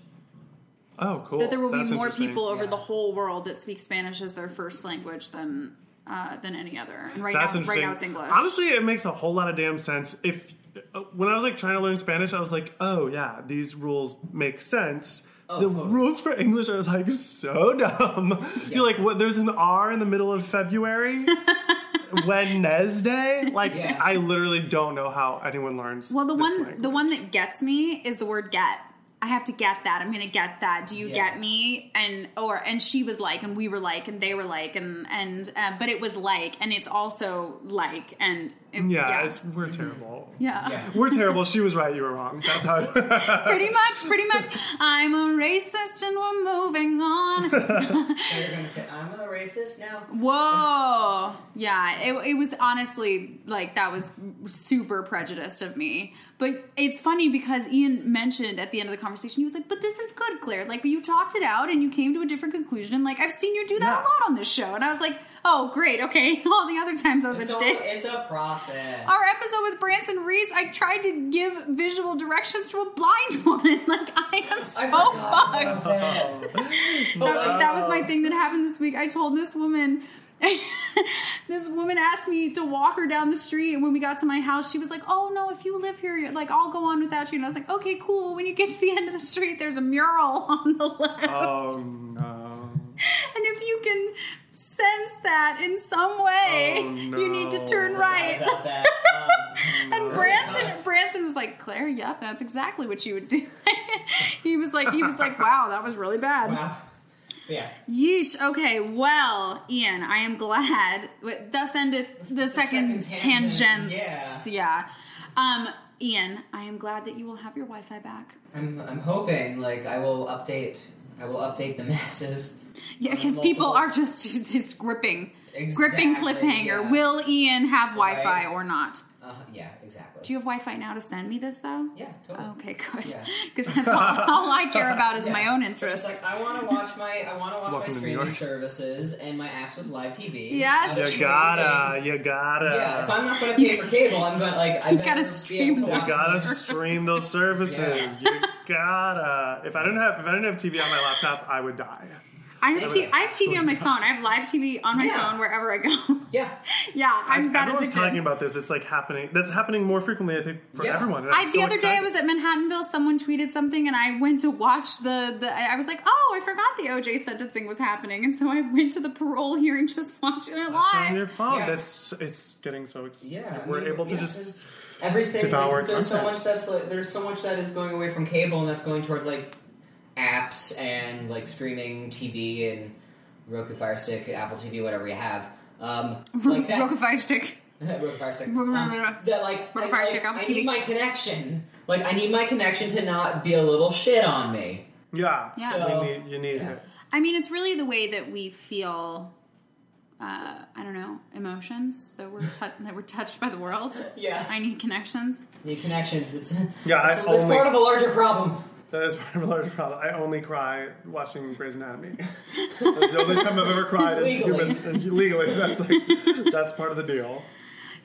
Speaker 4: Oh, cool.
Speaker 1: That there will
Speaker 4: That's
Speaker 1: be more
Speaker 4: interesting.
Speaker 1: people over
Speaker 2: Yeah.
Speaker 1: the whole world that speak Spanish as their first language than uh, than any other. And right
Speaker 4: That's
Speaker 1: now, right
Speaker 4: interesting.
Speaker 1: now it's English.
Speaker 4: Honestly, it makes a whole lot of damn sense. If uh, when I was like trying to learn Spanish, I was like, oh yeah, these rules make sense. the
Speaker 2: Oh, totally.
Speaker 4: rules for English are like so dumb. You're like, what? There's an R in the middle of February. Wednesday, like
Speaker 2: Yeah.
Speaker 4: I literally don't know how anyone learns.
Speaker 1: Well, the
Speaker 4: this
Speaker 1: one
Speaker 4: language.
Speaker 1: the one that gets me is the word get. I have to get that. I'm gonna get that. Do you
Speaker 2: Yeah.
Speaker 1: get me? And or and she was like, and we were like, and they were like, and and uh, but it was like, and it's also like, and it-
Speaker 4: yeah, it's we're
Speaker 2: Mm-hmm.
Speaker 4: terrible.
Speaker 1: yeah.
Speaker 2: Yeah.
Speaker 4: We're terrible. She was right. You were wrong. That's how.
Speaker 1: pretty much, pretty much. I'm a racist, and we're moving on.
Speaker 2: Now you're gonna say I'm a racist now.
Speaker 1: Whoa. Yeah, it, it was honestly like that was super prejudiced of me. But it's funny because Ian mentioned at the end of the conversation, he was like, But this is good, Claire. Like, you talked it out and you came to a different conclusion. Like, I've seen you do that a
Speaker 4: Yeah.
Speaker 1: lot on this show. And I was like, Oh, great. Okay. All the other times I was
Speaker 2: It's
Speaker 1: a
Speaker 2: a,
Speaker 1: dick.
Speaker 2: it's a process.
Speaker 1: Our episode with Branson Reese, I tried to give visual directions to a blind woman. Like, I am so
Speaker 2: I
Speaker 1: fucked
Speaker 2: forgot. Oh, damn.
Speaker 1: that, that was
Speaker 4: Oh.
Speaker 1: my thing that happened this week. I told this woman, this woman asked me to walk her down the street, and when we got to my house, she was like, "Oh no, if you live here, you're- like I'll go on without you." And I was like, "Okay, cool." When you get to the end of the street, there's a mural on the left,
Speaker 4: oh no.
Speaker 1: and if you can sense that in some way,
Speaker 4: Oh,
Speaker 1: you need to
Speaker 4: no.
Speaker 1: turn
Speaker 2: Forgot
Speaker 1: right.
Speaker 2: about that. Um,
Speaker 1: And Branson,
Speaker 2: Nice.
Speaker 1: Branson was like, "Claire, yep, that's exactly what you would do." he was like, he was like, "Wow, that was really bad."
Speaker 2: wow. Yeah.
Speaker 1: Yeesh. Okay. Well, Ian, I am glad. Wait, Thus ended the second,
Speaker 2: second
Speaker 1: tangent.
Speaker 2: tangent,
Speaker 1: tangents. Yeah. Um, Ian, I am glad that you will have your Wi-Fi back.
Speaker 2: I'm, I'm hoping like I will update I will update the masses.
Speaker 1: Yeah, because
Speaker 2: Multiple-
Speaker 1: people are just just gripping, gripping
Speaker 2: Exactly,
Speaker 1: cliffhanger.
Speaker 2: yeah.
Speaker 1: Will Ian have Wi-Fi
Speaker 2: Right.
Speaker 1: or not?
Speaker 2: Uh, yeah, exactly.
Speaker 1: Do you Oh. have Wi-Fi now to send me this though?
Speaker 2: yeah, totally.
Speaker 1: Okay, good.
Speaker 2: Yeah.
Speaker 1: Because that's all, all I care about is my
Speaker 2: Yeah.
Speaker 1: own
Speaker 2: It's
Speaker 1: interests.
Speaker 2: like I want to watch my I want to watch my
Speaker 4: Welcome to New
Speaker 2: streaming
Speaker 4: York.
Speaker 2: services and my apps with live TV.
Speaker 1: Yes.
Speaker 2: That's
Speaker 4: You gotta,
Speaker 2: amazing.
Speaker 4: you gotta,
Speaker 2: Yeah, if I'm not gonna pay for cable, I'm gonna like I
Speaker 1: You
Speaker 2: better
Speaker 1: gotta
Speaker 2: be
Speaker 1: stream
Speaker 2: able to
Speaker 1: it.
Speaker 4: you
Speaker 2: watch
Speaker 4: gotta
Speaker 1: service.
Speaker 4: stream those services. You gotta. If I didn't have, if I didn't have TV on my laptop, I would die.
Speaker 1: I have,
Speaker 2: Anyway,
Speaker 1: t- I have TV on my
Speaker 4: so-
Speaker 1: phone. I have live TV on my
Speaker 2: Yeah.
Speaker 1: phone wherever I go.
Speaker 2: Yeah.
Speaker 1: yeah, I'm that
Speaker 4: Everyone's
Speaker 1: addicted.
Speaker 4: talking about this. It's like happening. That's happening more frequently, I think, for
Speaker 2: Yeah.
Speaker 4: everyone. and
Speaker 1: I,
Speaker 4: I'm
Speaker 1: the
Speaker 4: so
Speaker 1: other day I
Speaker 4: excited.
Speaker 1: was at Manhattanville. Someone tweeted something, and I went to watch the. the I I was like, "Oh, I forgot the OJ sentencing was happening," and so I went to the parole hearing, just watching it
Speaker 4: It's on your
Speaker 1: live.
Speaker 4: phone.
Speaker 2: Yeah.
Speaker 4: That's it's getting so exciting.
Speaker 2: Yeah. I
Speaker 4: we're
Speaker 2: mean,
Speaker 4: able to
Speaker 2: yeah,
Speaker 4: just
Speaker 2: there's everything.
Speaker 4: devour
Speaker 2: because there's so
Speaker 4: content.
Speaker 2: much that's like, there's so much that is going away from cable, and that's going towards like apps and like streaming TV and Roku Fire Stick, Apple TV, whatever you have. Um, like that.
Speaker 1: Roka Fire Stick.
Speaker 2: Roku Fire Stick.
Speaker 1: Roku-
Speaker 2: Um, that like
Speaker 1: Roku
Speaker 2: I,
Speaker 1: Fire
Speaker 2: like,
Speaker 1: Stick, Apple
Speaker 2: I
Speaker 1: TV.
Speaker 2: need my connection. Like I need my connection to not be a little shit on me.
Speaker 4: yeah.
Speaker 1: Yeah.
Speaker 2: So-
Speaker 4: You need, you need
Speaker 2: Yeah.
Speaker 4: it.
Speaker 1: I mean, it's really the way that we feel. Uh, I don't know emotions that we're tou- that we're touched by the world.
Speaker 2: Yeah.
Speaker 1: I need connections.
Speaker 2: Need connections. It's
Speaker 4: Yeah,
Speaker 2: It's,
Speaker 4: I
Speaker 2: it's
Speaker 4: only-
Speaker 2: part of a larger problem.
Speaker 4: That is part of a large problem. I only cry watching Grey's Anatomy. that's the only time I've ever cried in
Speaker 2: Legally.
Speaker 4: human and legally. That's like that's part of the deal.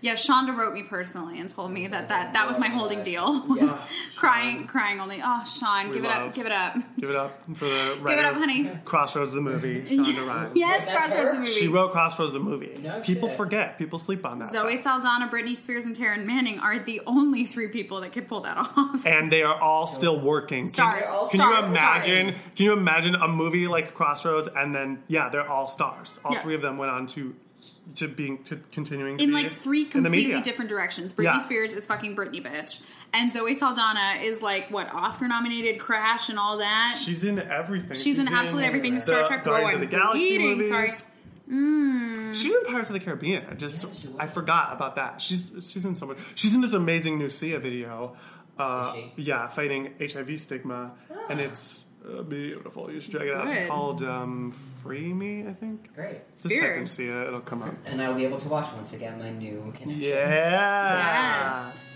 Speaker 1: Yeah, Shonda wrote me personally and told me that that, that was
Speaker 2: Oh,
Speaker 1: my holding deal was
Speaker 2: Yes.
Speaker 1: crying crying only. Oh, Sean, give it up,
Speaker 4: love-
Speaker 1: give it up,
Speaker 4: Give it up for the writer
Speaker 1: give it up,
Speaker 4: of
Speaker 1: honey.
Speaker 4: Crossroads the movie, Shonda Rhimes.
Speaker 1: Yes,
Speaker 2: That's
Speaker 1: Crossroads
Speaker 2: her?
Speaker 1: the movie.
Speaker 4: She wrote Crossroads the movie.
Speaker 2: No
Speaker 4: people
Speaker 2: shit.
Speaker 4: forget. People sleep on that.
Speaker 1: Zoe
Speaker 4: fact.
Speaker 1: Saldana, Britney Spears, and Taryn Manning are the only three people that could pull that off.
Speaker 4: and they are all still working. Can,
Speaker 1: Stars.
Speaker 2: They're all
Speaker 1: stars.
Speaker 4: can
Speaker 1: stars.
Speaker 4: you imagine? Can you imagine a movie like Crossroads and then yeah, they're all stars. All
Speaker 1: Yeah.
Speaker 4: three of them went on to to being to continuing to
Speaker 1: In
Speaker 4: be
Speaker 1: like three
Speaker 4: in the media.
Speaker 1: completely different directions. Britney
Speaker 4: Yeah.
Speaker 1: Spears is fucking Britney bitch. And Zoe Saldana is like what Oscar nominated Crash and all that.
Speaker 4: She's in everything.
Speaker 1: She's in absolutely everything. Star
Speaker 4: the
Speaker 1: Trek
Speaker 4: Guardians
Speaker 1: Rowan.
Speaker 4: of the Galaxy
Speaker 1: Eating,
Speaker 4: movies.
Speaker 1: sorry. Mm.
Speaker 4: She's in Pirates of the Caribbean. I just
Speaker 2: Yeah, she was.
Speaker 4: I forgot about that. She's she's in so much. She's in this amazing new Sia video. Uh,
Speaker 2: Is she? Ah.
Speaker 4: yeah, fighting HIV stigma, and it's uh, beautiful. You should check it out.
Speaker 1: Good.
Speaker 4: It's called um, "Free Me," I think.
Speaker 2: Great.
Speaker 4: Just type in
Speaker 1: Fierce.
Speaker 4: Sia; it'll come up.
Speaker 2: And I will be able to watch once again my new connection.
Speaker 4: Yeah.
Speaker 1: Yes.